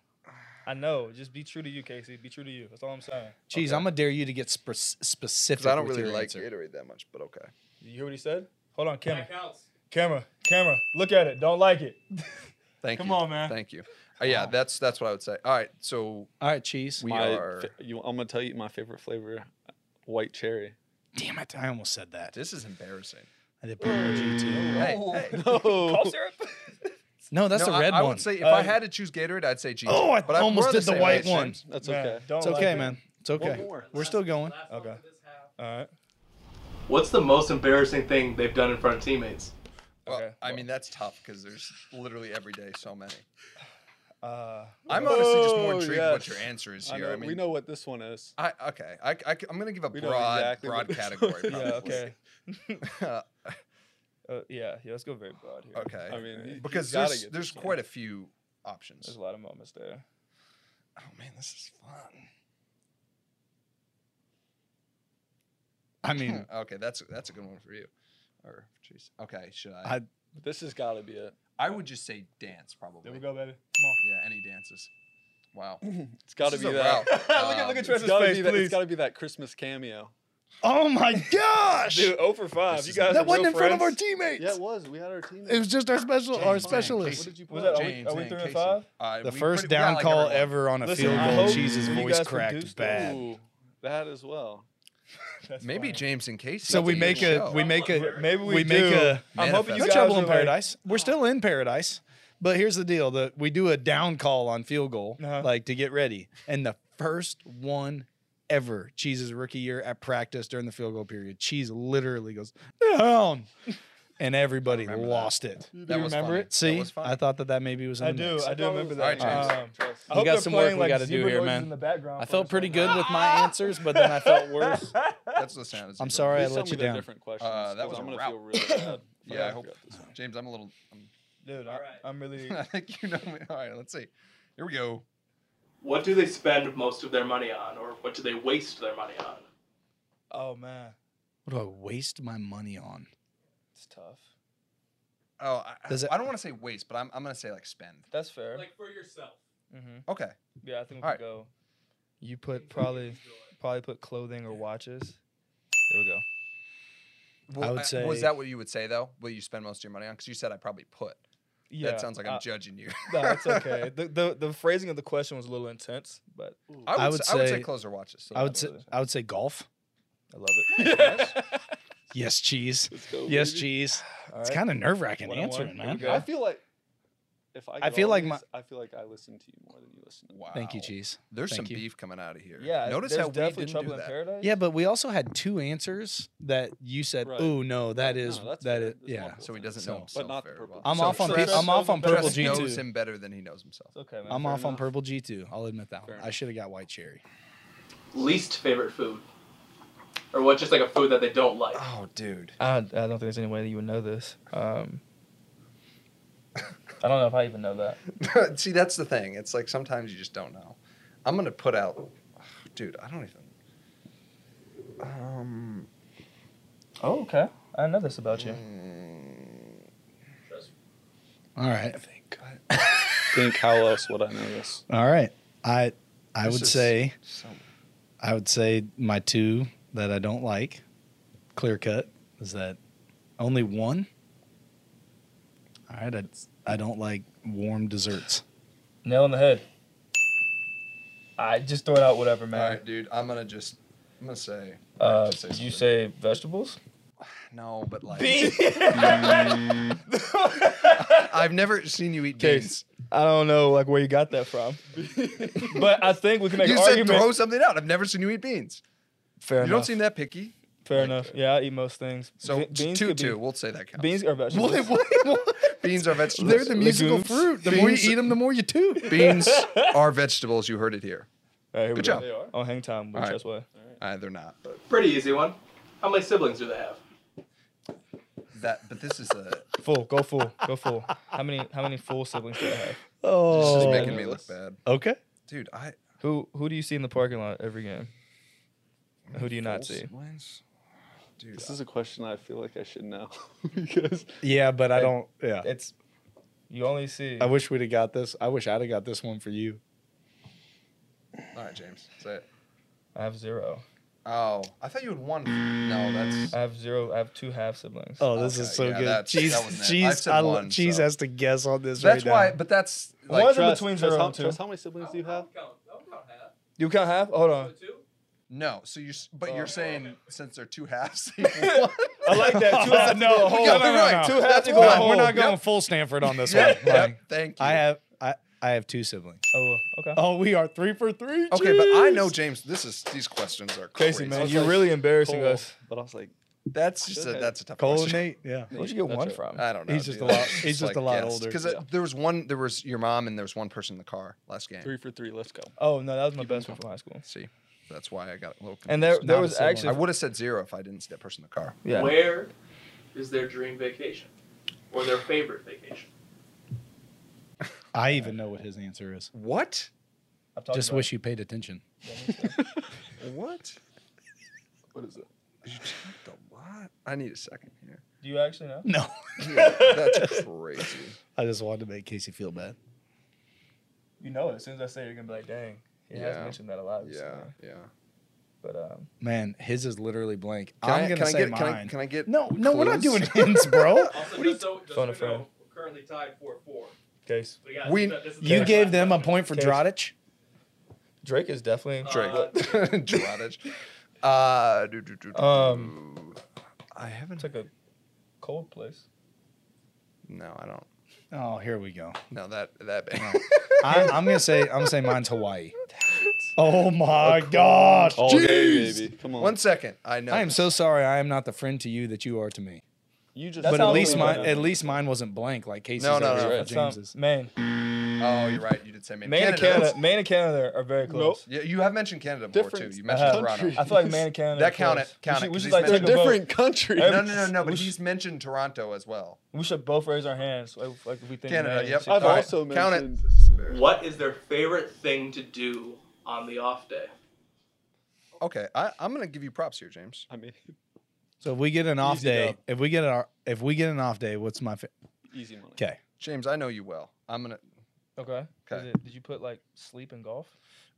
I know. Just be true to you, Casey. Be true to you. That's all I'm saying. Jeez, Okay. I'm gonna dare you to get spe- specific. Because I don't with really your like answer. Gatorade that much, but okay. Did you hear what he said? Hold on, camera. That counts. Camera. Camera. Look at it. Don't like it. Thank Come you. on, man. Thank you. Uh, yeah, that's that's what I would say. All right. So All right, cheese. we My are. fa- you, I'm gonna tell you my favorite flavor, white cherry. Damn it! I almost said that. This is embarrassing. I did PUBG too. Hey, hey. No. Cough syrup? No, that's No, the red I, I one. would say if Uh, I had to choose Gatorade, I'd say G. oh, I but almost prefer did the same white race, one. James. That's Man, okay. don't It's like okay, it. man. It's okay. more. We're still going. Last one for Okay. this half. All right. What's the most embarrassing thing they've done in front of teammates? Well, Okay, I well. mean, that's tough because there's literally every day so many. Uh, I'm honestly just more Oh, intrigued what yes. your answer is I here. know- I, mean, we know what this one is. I okay. I, am gonna give a We know broad exactly what broad this category. one is. Probably. yeah, okay. Uh, Uh, yeah, yeah, let's go very broad here. okay. I mean, he- because he's gotta there's get there's this one. quite a few options. There's a lot of moments there. Oh man, this is fun. I mean, okay, that's that's a good one for you. Or jeez. Okay, should I? I- This has got to be it. I would just say dance probably. There we go, baby. Come on. Yeah, any dances. Wow. It's got to This be is a that. route. look at Um, look at It's Tress's gotta face, be that. It's please. got to be that Christmas cameo. oh my gosh, Dude, 0 for 5. This You is- guys that are wasn't real in front of our friends? teammates. Yeah, it was. We had our team. it was just our special, our specialist. did you Was put? that- are we- James are we and three and Casey. five? Uh, The we first pretty- we got, down like, call everyone. ever on a Listen, field I goal. hope Jesus, you voice guys cracked produced bad. Ooh, that as well. That's Maybe fine. James and Casey. So That's we good make a show. we make a Maybe we, we do. make a- I'm hoping you Manifest. no guys trouble are in like- paradise. We're still in paradise, but here's the deal: that we do a down call on field goal, Uh-huh. like to get ready, and the first one ever, Cheese's rookie year at practice during the field goal period, Cheese literally goes down, and everybody remember that. lost it. That you was remember funny. it? See, That was funny. I thought that that maybe was. In I the do. mix. I do remember that. Alright, James. Um, Trust. I We hope got they're some work playing, we like, gotta do zebra here, noises man. in the background I for felt us pretty right good with my answers, but then I felt worse. That's the sound. of zebra. I'm sorry I Please let tell you me they're down. different questions. Uh, that 'cause was I'm a gonna route. feel really bad. Yeah, I hope- James, I'm a little. I'm, now. Dude, I, Alright. I'm really. I think you know me. All right, let's see. Here we go. What do they spend most of their money on, or what do they waste their money on? Oh man, What do I waste my money on? it's tough. Oh, I, Does it- I don't want to say waste, but I'm, I'm gonna say like spend. That's fair. Like for yourself. mm-hmm. Okay. Yeah, I think we could Alright. go. You put probably probably put clothing or watches. There we go. Well, would uh, was say- that what you would say though? What you spend most of your money on? Because you said I probably put. Yeah, that sounds like I'm uh, judging you. no, it's okay. The, the the phrasing of the question was a little intense, but I would, I I would I would say say- closer watches. So I would say that I would say golf. I love it. Yes. Yes, cheese. Let's go, Yes, baby. cheese. All It's right. kind of nerve wracking One on one. answering, Here we man. go. I feel like if I, I could feel like always- my- I feel like I listen to you more than you listen to me. wow. Thank you, cheese. There's Thank some you. beef coming out of here. Yeah, Notice there's how we definitely didn't trouble do in that. paradise. Yeah, but we also had two answers that you said, Right. "Oh no, that No, is that that's fair. is There's yeah." multiple So he doesn't So- know But himself. not the very purple. well. I'm So off on Tress- peop- I'm off on purple Tress G knows two. him better than he knows himself. It's okay, man. I'm Fair off on enough. purple G two. I'll admit that Fair one. I enough. should have got white cherry. Least favorite food, or what? Just like a food that they don't like. Oh, dude. I, I don't think there's any way that you would know this. Um, I don't know if I even know that. See, that's the thing. It's like sometimes you just don't know. I'm gonna put out, dude. I don't even. Um, Oh, okay. I know this about you. mm, All right, thank God. Think how else would I know this? all right. I I This would is- say So, I would say my two that I don't like, clear cut, is that only one. All right, I, I don't like warm desserts. Nail on the head. I just throw it out, whatever, all man. right, dude. I'm gonna just. I'm gonna say. Uh, Just say did something. you say vegetables? no, but like I I've never seen you eat Okay, beans. don't know like where you got that from, but I think we can make you an said argument. throw something out. I've never seen you eat beans. Fair you don't enough. seem that picky. Fair enough. Yeah, I eat most things. uh, So Be- t- two, could be- two. We'll say that counts. Beans are vegetables. What- what- what? Beans are vegetables. They're the musical Legumes. fruit. The more you Beans- eat them, the more you too. beans are vegetables. You heard it here. All right, here we Good go. job. They are. On hang time, which All right. is why. Uh, they're not, but Pretty easy one. How many siblings do they have? that. But this is a. Full, go full, go full. How many how many full siblings do I have? This is Oh, making I me know look this. bad, okay. dude. I Who who do you see in the parking lot every game? And Who do you not see? Siblings? Dude, This is a question I feel like I should know because Yeah, but I don't. Yeah, It's you only see I wish we'd have got this. I wish I'd have got this one for you. all right, James, say it. I have zero. Oh, I thought you had one. No, that's. Uh, I have zero. I have two half siblings. Oh, this Okay, is so yeah, good. that's- Cheese, that wasn't it. I cheese, said I, lo- one, cheese so. has to guess on this. That's right why, Now. but that's like One's in between Trust, zero how, and two. Trust, how many siblings do you have? Don't count half. you count half? Hold on. Two? No, so you s- but Oh. you're saying since they're two halves, equal one? I like that. Two halves No, equal hold one. on, no, no, Right, no. Two halves equal We're one not, we're whole. not going full Stanford on this Yep, one. Like, yep, thank you. I have I, I have two siblings. Oh, okay. Oh, we are three for three. okay, but I know jeez. James. This is these questions are crazy, Casey, man. man, you're really embarrassing Cole, us. But I was like, That's just a, Should I- that's a tough Cole and question. Nate. Yeah. Where'd you get That's one right. from? I don't know. He's just a lot- he's just a lot older. Because Yeah. uh, there was one, there was your mom and there was one person in the car last game. three for three, let's go. Oh no, that was my best one from high school. See, that's why I got a little. Confused. And there, not there a was sibling. I actually. would have said zero if I didn't see that person in the car. Yeah. Where is their dream vacation or their favorite vacation? I even know what his answer is. What? I've talked Just about wish you paid attention. What? What is it? You talked a lot. I need a second here. it. Do you actually know? No. Yeah, that's crazy. I just wanted to make Casey feel bad. You know it. As soon as I say it, you're gonna be like, dang. He has Yeah. mentioned that a lot. Yeah, recently. yeah. But um, Man, his is literally blank. Can I'm I- gonna can I say get- mine. can I- can I get No, no, we're not clues? doing hints, bro. Also, just so, just Phone a so you know, friend. we're currently tied four four. case We, got, We- this is the You last gave them a question. point for Case. Drotic. Drake is definitely Drake. Uh, Drotage. Uh, do, do, do, do, Um, do. I haven't. took a cold place. no, I don't. Oh, here we go. No, that that. I'm, I'm gonna say I'm gonna say mine's Hawaii. Oh my gosh. All day, Jeez! Oh, baby. Come on. One second. I know. I am so sorry. I am not the friend to you that you are to me. you just. That's but how at we least were mine, doing at least mine wasn't blank like Casey's. No, no, over no. here Right. for Some- James's. Maine. Mm. Oh, you're right. You did say Maine. Maine and that's- Canada. Maine and Canada are very close. Yeah, you have mentioned Canada before Different too. You mentioned countries. Toronto. I feel like Maine and Canada. That are count close. it, count we it, 'cause should, we he's should like mentioned- take a They're different different. countries. No, no, no, no. But We should- he's mentioned Toronto as well. We should both raise our hands. Like, like if we think Canada, Maine, yep. shit. I've All right, also count it. mentioned. What is their favorite thing to do on the off day? Okay, I, I'm gonna give you props here, James. I mean, So if we get an off Easy day, dub. if we get our, if we get an off day, what's my fa- easy money. okay? James, I know you well. I'm gonna. Okay. Is Okay. it- did you put like sleep and golf?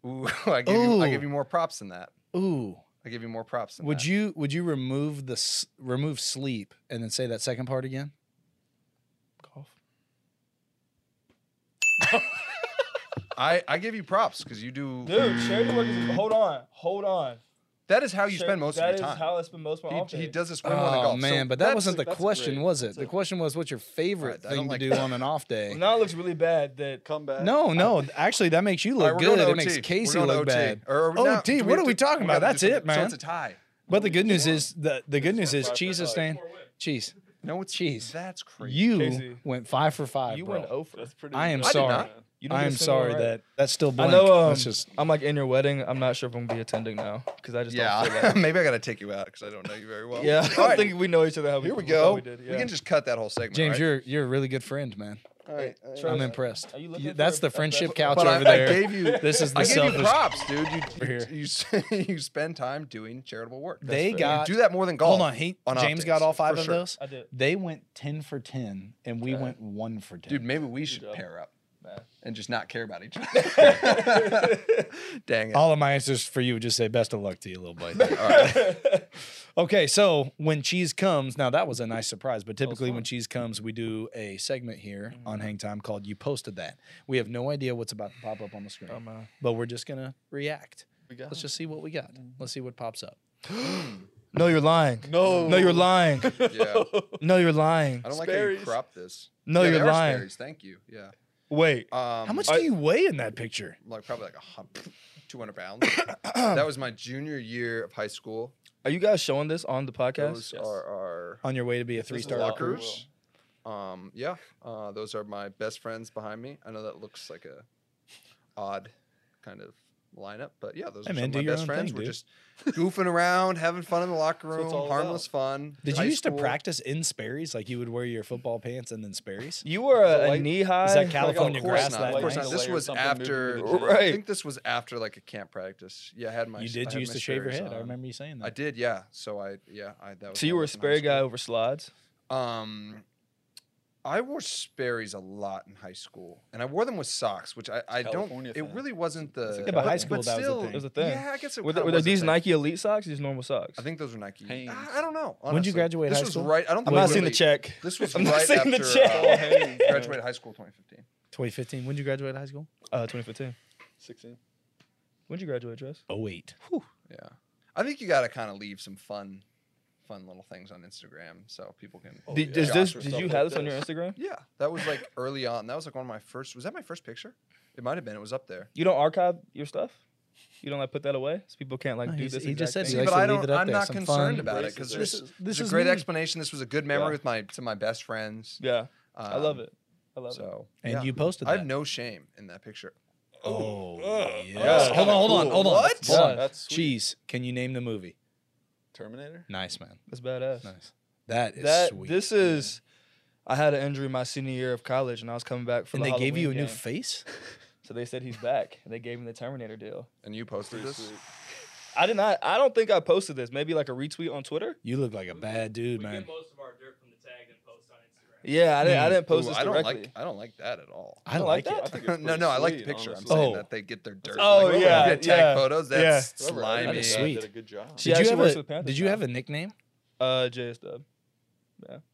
Ooh, I give you. I Ooh. give you more props than that. Ooh, I give you more props than would that. you would you remove the s- remove sleep and then say that second part again? Golf. I I give you props because you do. Dude, charity work is hold on, hold on. that is how you Char- spend most that of your is time. how I spend most of my off he, he days. does this way more than Oh golf. man, so but that that's- wasn't the that's question, great. was it? That's the a- question was, what's your favorite Alright, I don't thing to like do that. on an off day? Well, now it looks really bad that Come back. No, no. Actually, that makes you All look right, we're good. going to It OT. makes We're Casey going to look OT. bad. Or- or OT, no, do we what have are we to- talking we gotta about? do That's it, something. So man. it's a tie. But the good news is the the good news is cheese is staying. Four wins. Cheese, No, it's Jeez. That's crazy. you Casey. went five for five, you bro. went over. That's pretty. I am impressive, sorry. man. You didn't I get a am single sorry right. that that's still I blank. know. Um, That's just I'm like in your wedding. I'm not sure if I'm gonna be attending now because I just don't feel Yeah, like. maybe I gotta take you out because I don't know you very well. Yeah, I All don't right, think we know each other. How we, here we how go. We, did, yeah. We can just cut that whole segment. James. right? You're you're a really good friend, man. All right, all right. Sure. I'm impressed. Are you You- looking for that's a- the a friendship special- couch But I, over I there. gave you. this is the I gave you selfish. props, dude. You Over here. you, you, you spend time doing charitable work. They That's fair. got- you do that more than golf. Hold on, he, on off James days, got all five for of sure. those. I did. They went ten for ten, and we went one for ten. dude. Maybe we should job. pair up Nah. and just not care about each other. Dang it! all of my answers for you would just say best of luck to you, little buddy. All right. Okay, so when cheese comes, now that was a nice surprise, but typically when cheese comes, we do a segment here on Mm-hmm. Hang Time called You Posted That. We have no idea what's about to pop up on the screen, Oh Um, man. but we're just going to react. We got Let's just see what we got. Mm-hmm. Let's see what pops up. No, you're lying. No. No, you're lying. Yeah. No, you're lying. I don't like how you Sperry's. crop this. No, Yeah, they you're are lying. Sperry's, Thank you. Yeah. Wait. Um, How much I- do you weigh in that picture? Like probably like a hundred, 200 pounds. that was my junior year of high school. Are you guys showing this on the podcast? Those are our On your way to be a three is star awkward. recruit? lockers. Um, yeah, uh, those are my best friends behind me. I know that looks like a odd kind of lineup, but yeah, those Hey, are man, some do of my your best own friends. thing, We're dude. just goofing around, having fun in the locker That's what room, it's all about. harmless fun. Did High you used to school. practice in Sperry's? Like you would wear your football pants and then Sperry's? You were Is it a, like- knee high. Is that California Of course grass not. that Of course nice? not. This Layer was something, moving after. to the gym. I Right. think this was after like a camp practice. Yeah, I had my. You I did. had You my used to shave your Sperry's head. I on. remember you saying that. I did, yeah. So I, yeah, I that was. oh, So you my were a life in high spare school. guy over slides. Um, I wore Sperry's a lot in high school, and I wore them with socks, which I, I don't. California It fan. really wasn't the. Yeah, but high but school, that was a still, thing. It was a thing. Yeah, I guess it Were, kinda there, were there was a these thing. Nike Elite socks? or These normal socks. I think those were Nike. I, Hanes. I don't know. Honestly. When did you graduate This high was school? right. I don't. I'm think not it seeing the really- check. This was I'm not right seeing the after check. uh, graduated high school 2015. 2015. When did you graduate high school? Uh, 2015. Sixteen. When did you graduate, Dress? Oh wait. Yeah. I think you got to kind of leave some fun, fun little things on Instagram so people can. Oh, yeah. Did- is this- Josh or did stuff you like have this on your Instagram? Yeah, that was like early on. That was like one of my first. Was that my first picture? It might have been. It was up there. You don't archive your stuff? You don't like put that away? So people can't like No, do he's- this he just exact said he thing? See, likes but to I leave don't. it up I'm there, not some concerned fun about it races because there. there's, This is there's this a is great me. explanation. This was a good memory Yeah. with my to my best friends. Yeah. I love Um, it. I love it. So And yeah. you posted that. I have no shame in that picture. Oh, Yeah. yes. Hold on, hold on, hold on. What? Hold Yeah, on. that's sweet. Jeez, can you name the movie? Terminator. Nice, man. That's badass. Nice. That is that sweet. this is I had an injury my senior year of college and I was coming back from and they the gave you a Halloween new game. face? So they said he's back and they gave him the Terminator deal. And you posted Pretty this. sweet. I did not I don't think I posted this. Maybe like a retweet on Twitter? You look like a bad dude, we man. get most of our dirt from the tag and post on Instagram. Yeah, I didn't I Mm. didn't post Ooh, this I don't directly. like. I don't like that at all. I like like that. that. I think it's no, pretty no, I like the sweet, picture. honestly. I'm saying Oh. that they get their dirt. Oh, like, yeah, get tag yeah. photos. Yeah. That's Whoever slimy. edited that Sweet. Did a good job. She Did you actually have works a, with Panthers Did you now. have a nickname? Uh JS Dub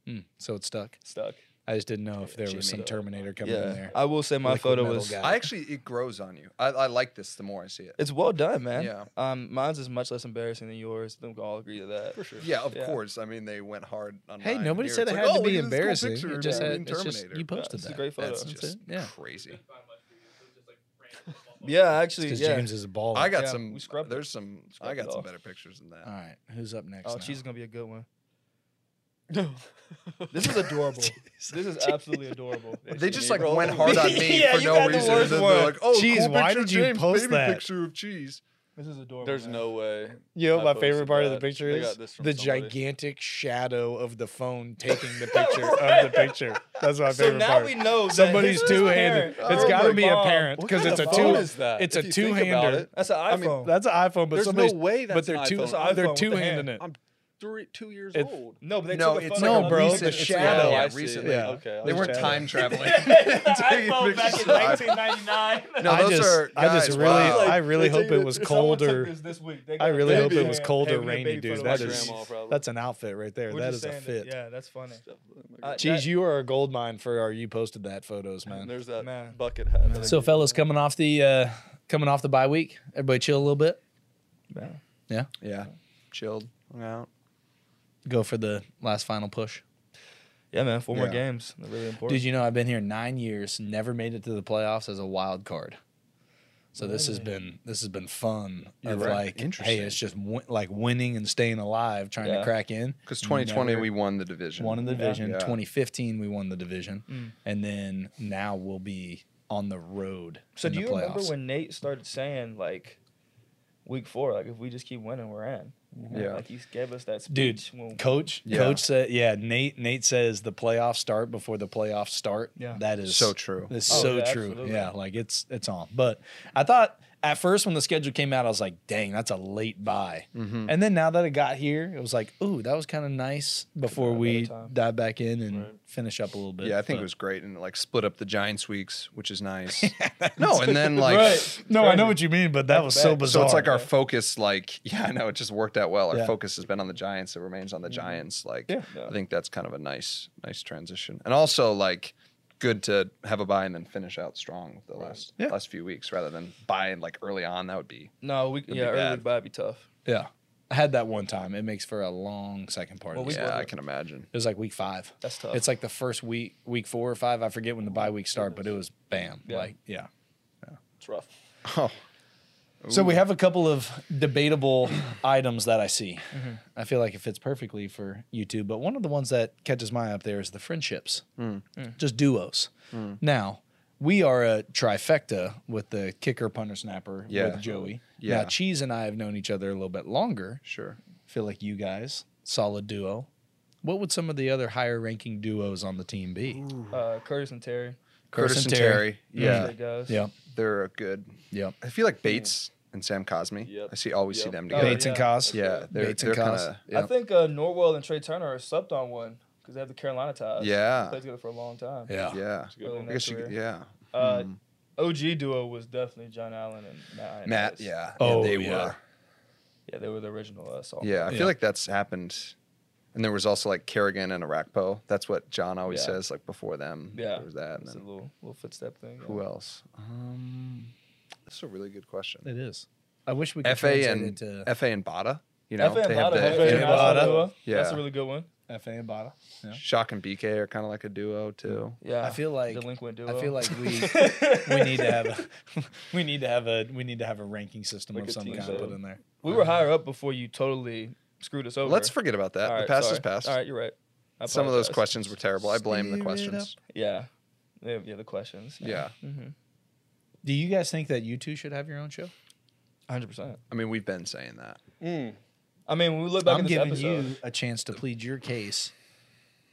Mm, so it stuck. stuck. I just didn't know if there was some Jimmy. Terminator coming in Yeah. there. I will say my Liquid photo metal was guy. I actually it grows on you. I, I like this the more I see it. it's well done, man. Yeah. Um mine's is much less embarrassing than yours. I think we'll all agree to that. For sure. Yeah, of Yeah. course. I mean, they went hard on. Hey, mine nobody here. said It's it like, had "Oh, to look be at this cool embarrassing. picture It of just me had, in it's just, you Terminator." posted It's a that. great photo. That's That's just just it. Yeah. crazy. Couldn't find much for you. It was just like random football. Yeah, actually, Because yeah. James is a baller. I got Yeah, some. we scrubbed it. There's some. I Scrubbed it got some off. better pictures than that. All right. Who's up next? Oh, now? she's gonna be a good one. No. This is adorable. this is absolutely adorable. They just like Bro. went hard on me Yeah, for you no got the reason. worst and then one. they're like, "Oh, Cheese, cool why picture of did you James, post baby that? Picture of cheese." This is adorable. There's man. no way. You know, I my favorite posted part of the that. picture They got is this from the somebody. gigantic shadow of the phone taking the picture of the picture. That's my So favorite now part. we know that Somebody's his two-handed. parent- It's Oh got to my be a God. parent What because kind it's a of two. phone is that? It's If a you think about two-hander. it, That's an mean, iPhone. That's an iPhone, but There's no somebody's way that's but they're an two. iPhone. That's an iPhone They're with the two handing hand. it. I'm three, two years It- old. no, but they No, took a it's photo. no, like a bro. recent- The it's like a- shadow. yeah, I see. recently. Yeah. Okay. I They weren't see. time traveling. Taking iPhone Oh, back pictures in of iPhone. 1999. No, I those just, are. I just guys, really, wow. I really hope it was Someone took colder. This this week. They I got a really hope baby it was hand. colder, Hey, we need a rainy, baby dude. photo My That of is, you. grandma probably. that's an outfit right there. We're that is just a saying that- fit. Yeah, that's funny. Uh, That- Geez, you are a gold mine for our you posted that photos, man. There's that Man. bucket hat. that I So, gave fellas, coming off the uh, coming off the bye week, everybody chill a little bit. Yeah, chilled, hung out. Go for the last final push. Yeah, man. Four more Yeah. games. They're really important. Did you know I've been here nine years, never made it to the playoffs as a wild card. So this has been this has been fun. You're of right. like, hey, Interesting. it's just win- like winning and staying alive, trying to Yeah. crack in. Because 2020, Never- we won the division. won in the Yeah. division. Yeah. 2015, we won the division, Mm. and then now we'll be on the road. So in do the you remember playoffs. when Nate started saying like week four, like if we just keep winning, we're in. Yeah. Like he gave us that Dude, speech. when, Coach, Yeah. Coach said, yeah, Nate, Nate says the playoffs start before the playoffs start. Yeah. that is So true. It's Oh, so yeah, true. absolutely. Yeah, like it's it's on. But I thought at first when the schedule came out, I was like, dang, that's a late buy. Mhm. And then now that it got here, it was like, ooh, that was kind of nice before have we had a time. dive back in and Right. finish up a little bit. Yeah, I think it But- was great, and it, like split up the Giants weeks, which is nice. no, and then like. Right. No, I know what you mean, but that was so back. bizarre. So it's like our focus, like yeah, I know it just worked out well. Our Yeah. Mm-hmm. focus has been on the Giants; it remains on the Giants. Like Yeah. Yeah. I think that's kind of a nice, nice transition, and also like good to have a buy and then finish out strong with the last Yeah. last few weeks rather than buy and like early on. That would be No, we be yeah, early bad. bye be tough. Yeah. I had that one time. It makes for a long second part. Well, of the we- season. yeah, I can imagine. it was like week five. That's tough. It's like the first week, week four or five. I forget when the bye week start, but it was bam. Yeah. Like, yeah. It's rough. Oh, So we have a couple of debatable items that I see. Mm-hmm. I feel like it fits perfectly for you two, but one of the ones that catches my eye up there is the friendships, Mm. just duos. Now, we are a trifecta with the kicker, punter, snapper Yeah. with Joey. Yeah. Now, Cheese and I have known each other a little bit longer. sure. feel like you guys, solid duo. What would some of the other higher ranking duos on the team be? uh, Curtis and Terry. Curtis, and Terry. Yeah, Great guys. Yep. they're a good. Mm-hmm. Yep. I feel like Bates and Sam Cosme. Yep. I see always see Yep. them Oh, together. Bates and yeah. Cos. Yeah, they're, Bates they're and kind Cos. of I think uh, Norwell and Trey Turner are slept on one because they have the Carolina ties. Yeah. They played together for a long time. Yeah. yeah. It's a good Early one. in I their guess you career. could, yeah. Mm-hmm. Uh, OG duo was definitely John Allen and Matt. Iannaccio. Matt, yeah. Oh, they yeah. were. Yeah, they were the original uh, us. All. Yeah, I feel Yeah. like that's happened. And there was also like Kerrigan and Arakpo. That's what John always Yeah. says, like before them. Yeah. There was that. And It's a then little little footstep thing. yeah. who else? Um, that's a really good question. It is. I wish we could FA translate and it to FA and Bada. You know, FA they have Bada, the FA and Bada. Bada. That's a yeah. really good one. FA and Bada. Yeah. Shock and BK are kind of like a duo too. Yeah. I feel like delinquent duo. I feel like we Uh, we need to have a we need to have a we need to have a ranking system Like of a some team kind vote. put in there. we were higher up before you totally screwed us over. Let's forget about that. All the right, past sorry. is past. All right, you're right. I Some of those apologize. questions were terrible. I blame the questions. Yeah. Yeah, yeah, the questions. Yeah. Mm-hmm. Do you guys think that you two should have your own show? 100%. I mean, we've been saying that. Mm. I mean, when we look I'm back at this giving episode, you a chance to plead your case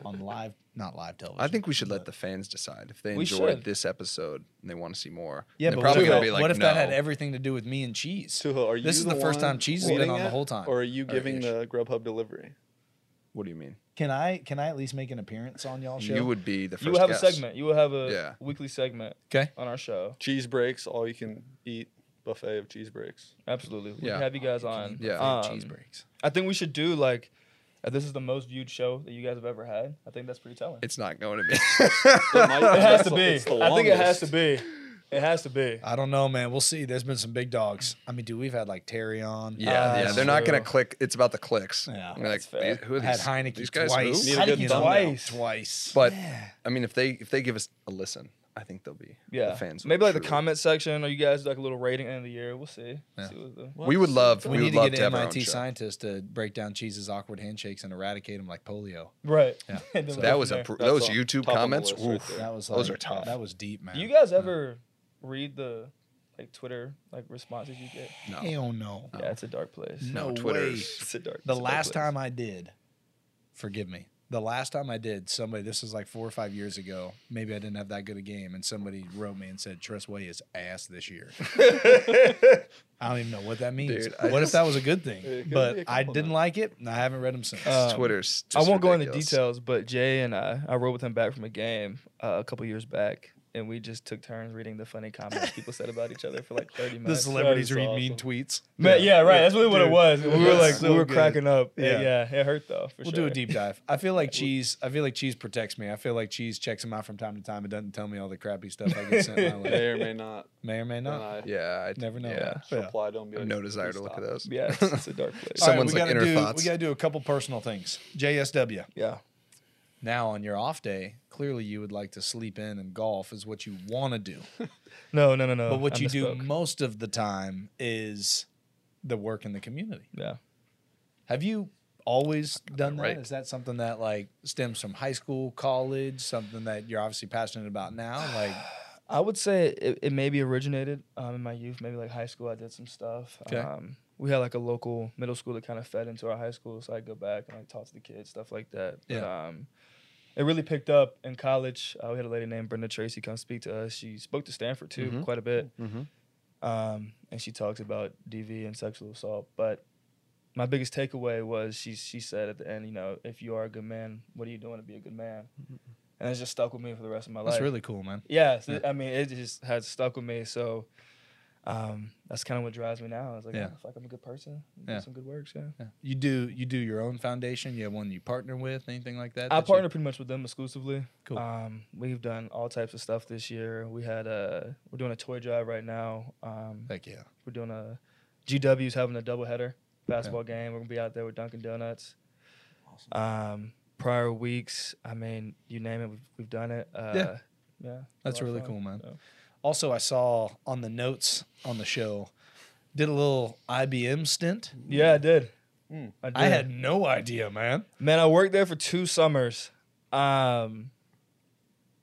on live, not live television. I think we should let the fans decide if they We enjoyed should. this episode and they want to see more. Yeah, They're but probably what, gonna if, be like, what if no. that had everything to do with me and cheese? Tuha, are you This is the first one time Cheese has been leading on the it, whole time. Or are you giving ish. the Grubhub delivery? What do you mean? Can I can I at least make an appearance on y'all show? You would be the first. you will have guest. a segment. You will have a Yeah. weekly segment 'Kay. on our show. Cheese breaks, all you can eat buffet of cheese breaks. Absolutely. We Yeah. can have you guys on. Yeah. Um, cheese breaks. I think we should do like uh, this is the most viewed show that you guys have ever had. I think that's pretty telling. It's not going to be. might- It has It's to the- be. it's the I think it has longest. to be. It has to be. I don't know, man. We'll see. There's been some big dogs. I mean, dude, we've had like Terry on. yeah, Ah, yeah. that's They're not going to true. click. It's about the clicks. Yeah, They're like, that's fair. "These- who are Had these? Heineke these guys twice. who?" Need a good Heineke thumbnail. Twice. But I mean, if they if they give us a listen, I think they'll be Yeah. The fans. will Maybe like the truly- comment section or you guys do like a little rating end of the year. We'll see. Yeah. see what the, We would love. We, we, need would to love get to have an our own MIT show. scientist to break down Cheese's awkward handshakes and eradicate them like polio. right. Yeah. And then That go was from a there. br- those That's on YouTube top of the comments. list right oof. there. That was Those like- are tough. That was deep, man. Do you guys ever read the like Twitter like responses you get? No, Hell no. Yeah, it's a dark place. no, No Twitter's. It's a dark. The it's a dark last place. time I did, forgive me. The last time I did, somebody this was like four or five years ago. Maybe I didn't have that good a game, and somebody wrote me and said Tressway is ass this year. I don't even know what that means. Dude, I what if just- that was a good It thing? could be But a I didn't compliment. like it, and I haven't read them since. Uh, Twitter's. I won't go into details. details, but Jay and I, I rode with him back from a game uh, a couple years back, and we just took turns reading the funny comments people said about each other for like 30 the minutes. celebrities that read is mean awesome. tweets. Man, yeah, right. That's really what it Dude, was. We were that's like, so we were good. cracking up. Yeah, Yeah. yeah, it hurt though. For We'll sure. do a deep dive. I feel like cheese. I feel like cheese protects me. I feel like cheese checks him out from time to time. It doesn't tell me all the crappy stuff I get sent my way. May or may not. May or may No. not. I Yeah, I Never know. Yeah. Yeah. reply to him. Be I like, have no desire to look at "Please those. Yeah, it's, it's a dark place. So- Someone's, we like, gotta inner do, thoughts. We got to do a couple personal things. JSW. yeah, Now on your off day, clearly you would like to sleep in and golf is what you want to do. no, no, no, Oh, no. but what I you do misspoke. most of the time is the work in the community. yeah, Have you always done that? Is right. that something that like stems from high school, college, something that you're obviously passionate about now? Like I would say it, it maybe originated um, in my youth, maybe like high school. I did some stuff. 'Kay. Um, we had like a local middle school that kind of fed into our high school, so I'd go back and like talk to the kids, stuff like that. But, Yeah. um, it really picked up in college. Uh, we had a lady named Brenda Tracy come speak to us. She spoke to Stanford too Mm-hmm. Mhm. quite a bit, Mhm. um, and she talks about DV and sexual assault. But my biggest takeaway was she she said at the end, you know, if you are a good man, what are you doing to be a good man? And it's just stuck with me for the rest of my Mm-hmm. that's life. really cool, man. Yeah, so, I mean, it just has stuck with me. So um, that's kind of what drives me now. It's like, Yeah. oh, fuck, I'm a good person. I Yeah. Do some good works. Yeah. You do you do your own foundation? You have one you partner with, anything like that? I that you- partner pretty much with them exclusively. Cool. Um, we've done all types of stuff this year. We had a we're doing a toy drive right now. Um, Heck yeah. we're doing a GW's having a doubleheader basketball game. We're gonna be out there with Dunkin' Donuts. Um, prior weeks, I mean, you name it, we've, we've done it. Uh, yeah, yeah, it's a That's lot of really fun. cool, man. So- Also, I saw on the notes on the show, did a little IBM stint. Yeah, I did. Mm. I did. I had no idea, man. Man, I worked there for two summers. Um,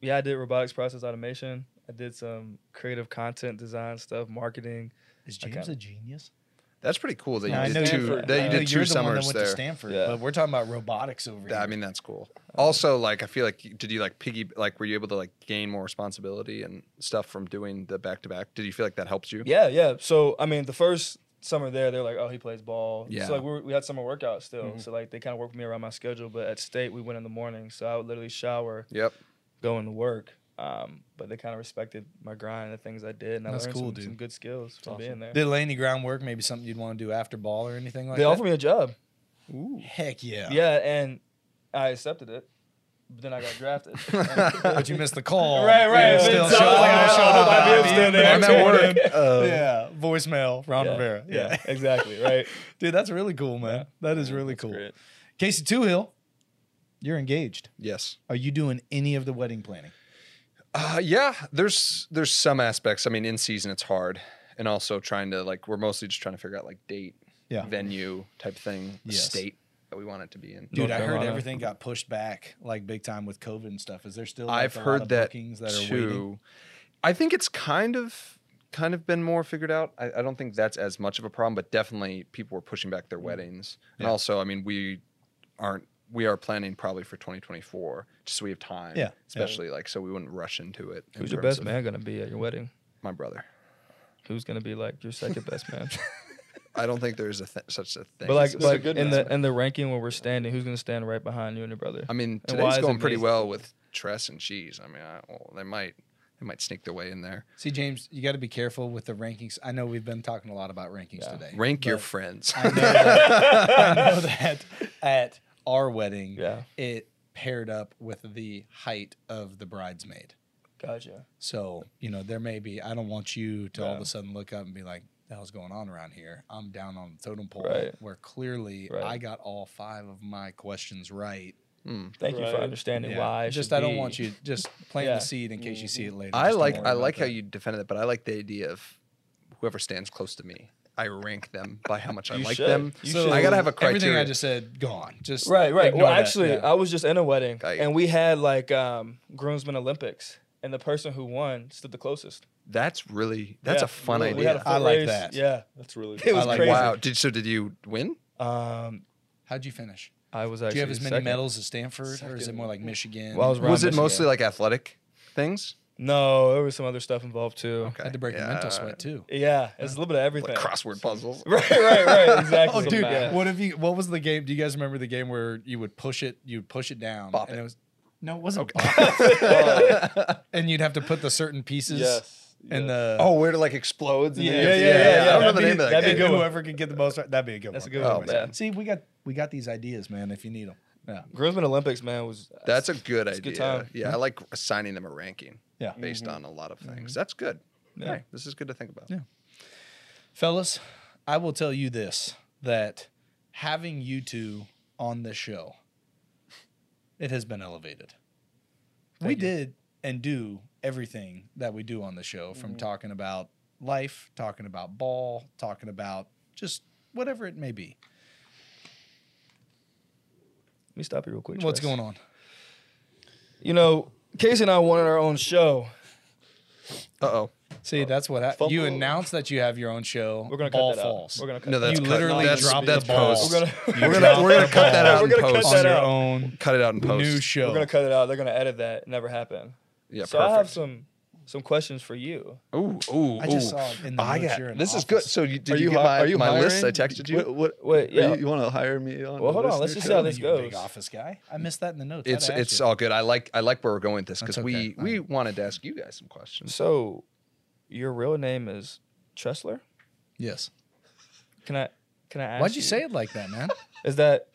yeah, I did robotics process automation. I did some creative content design stuff, marketing. Is Okay. James a genius? That's pretty cool that No, I you know did two. Stanford. That I you know did you're two the one that summers went to there. Stanford, Yeah. but we're talking about robotics over here. I mean, that's cool. Uh, Also, like, I feel like you- did you like piggy? Like, were you able to like gain more responsibility and stuff from doing the back to back? Did you feel like that helped you? Yeah, yeah. So I mean, the first summer there, they're like, "Oh, he plays ball." Yeah. So like we, were, we had summer workouts still. Mm-hmm. So like they kind of worked me around my schedule. But at state, we went in the morning, so I would literally shower, Yep. go into work. Um, but they kind of respected my grind and the things I did, and I That's learned cool, some, dude. some good skills from being there. Did lay any groundwork? Maybe something you'd want to do after ball or anything like they that? offered me a job. Heck yeah. Yeah, and I accepted it. but then I got drafted. but you missed the call. Right, right. You're It's Still always showing like, up. I showing hope up I at did still IBM. there. I'm at work. Uh, yeah, voicemail. Ron Yeah, Rivera. Yeah. yeah, exactly. Right. dude, that's really cool, man. That is really cool. Great. Casey Two Hill, you're engaged. Yes. Are you doing any of the wedding planning? Uh, yeah, there's there's some aspects. I mean, in season it's hard, and also trying to like we're mostly just trying to figure out like date, Yeah. venue type thing, the Yes. state that we want it to be in. Dude, North I heard Carolina. everything got pushed back like big time with COVID and stuff. Is there still? like, I've a lot heard of that bookings that are too. waiting. I think it's kind of kind of been more figured out. I, I don't think that's as much of a problem, but definitely people were pushing back their weddings. And Mm. Yeah. also, I mean, we aren't we are planning probably for 2024 just so we have time. Yeah. Especially like so we wouldn't rush into it. in Who's your terms best of- man gonna be at your wedding? My brother. Who's gonna be like your second best man? I don't think there's a th- such a thing. but like, This is a like good in the investment. in the ranking where we're standing, who's gonna stand right behind you and your brother? I mean, And why today's is it going pretty me? well with Tress and Cheese. I mean, I, well, they might they might sneak their way in there. See, James, you got to be careful with the rankings. I know we've been talking a lot about rankings Yeah. today. Rank your but friends. I know, that, I know that at our wedding, Yeah, it paired up with the height of the bridesmaid. gotcha. So, you know, there may be, I don't want you to all of Yeah. a sudden look up and be like, the hell's going on around here? I'm down on the totem pole Right. where clearly Right. I got all five of my questions right. Hmm. Thank you for Right. understanding Yeah. why. it just should I don't be- want you just plant Yeah. the seed in case you see it later. I Just don't like worry I about like how that. you defended it, but I like the idea of whoever stands close to me. I rank them by how much I You like should. them. You I gotta have a Everything I criteria. just said gone. Just Right, right. ignore Well, that. actually, uh, Yeah. I was just in a wedding, Aye. and we had like um, groomsmen Olympics, and the person who won stood the closest. That's really that's Yeah, a fun really. We idea. had a foot I like race. that. Yeah. That's really It good. was I like crazy. Wow. Did so? Did you win? Um, how'd you finish? I was Do actually you have as many second. medals as Stanford, or is it Second. more like Michigan? Well, I was around was it Michigan. mostly like athletic things? No, there was some other stuff involved too. Okay. I had to break a Yeah. mental sweat too. Yeah, it's a little bit of everything. Like crossword puzzles. right, right, right. Oh, Exactly. dude, Yeah. what have you? What was the game? Do you guys remember the game where you would push it, you would push it down, Bop and it. it was no, it wasn't, Oh, bop, and you'd have to put the certain pieces yes. and yes. the Oh, where it like explodes. and then Yeah, you have to- yeah, yeah, I don't yeah. know the name That'd of be- that. that'd be game. good and one. whoever could get the most right, that'd be a good That's a one. good Oh, one. man. Yeah. See, we got we got these ideas, man. If you need them, Groomsmen Olympics, man, was That's a good idea. a good time. Mm-hmm. Yeah, I like assigning them a ranking. Yeah. Based on a lot of things. That's good. Yeah. this is good to think about. Yeah. fellas, I will tell you this: that having you two on this show, it has been elevated. we did and do everything that we do on the show, from Mm-hmm. talking about life, talking about ball, talking about just whatever it may be. Let me stop you real quick. What's Trace. going on? You know, Casey and I wanted our own show. Uh oh. See, that's what I, you fumble. announce that you have your own show. We're gonna ball cut that falls. out. We're gonna cut No, that that's you cut. literally that's, dropped that's the ball. post. We're gonna- We're gonna we're gonna cut that out. We're in gonna cut post. that on your out. own Cut it out in post. new We're gonna show. cut it out. They're gonna edit that. It never happened. Yeah, so I have perfect. some some questions for you. ooh, ooh, I just ooh. saw it in the I notes. got- You're in this is office. good. So you, did Are you, you get hi- my, are you my list? I hiring? texted you. What, what, Wait, yeah. yeah. you, want to hire me on? Well, the hold on, let's listener just show? see how this You a Big goes. office guy. I missed that in the notes. It's How'd I ask it's you? all good. I like I like where we're going with this because That's we okay. we wanted to ask you guys some questions. So, your real name is Tressler. yes. Can I can I ask? Why'd you say it like that, man? Is that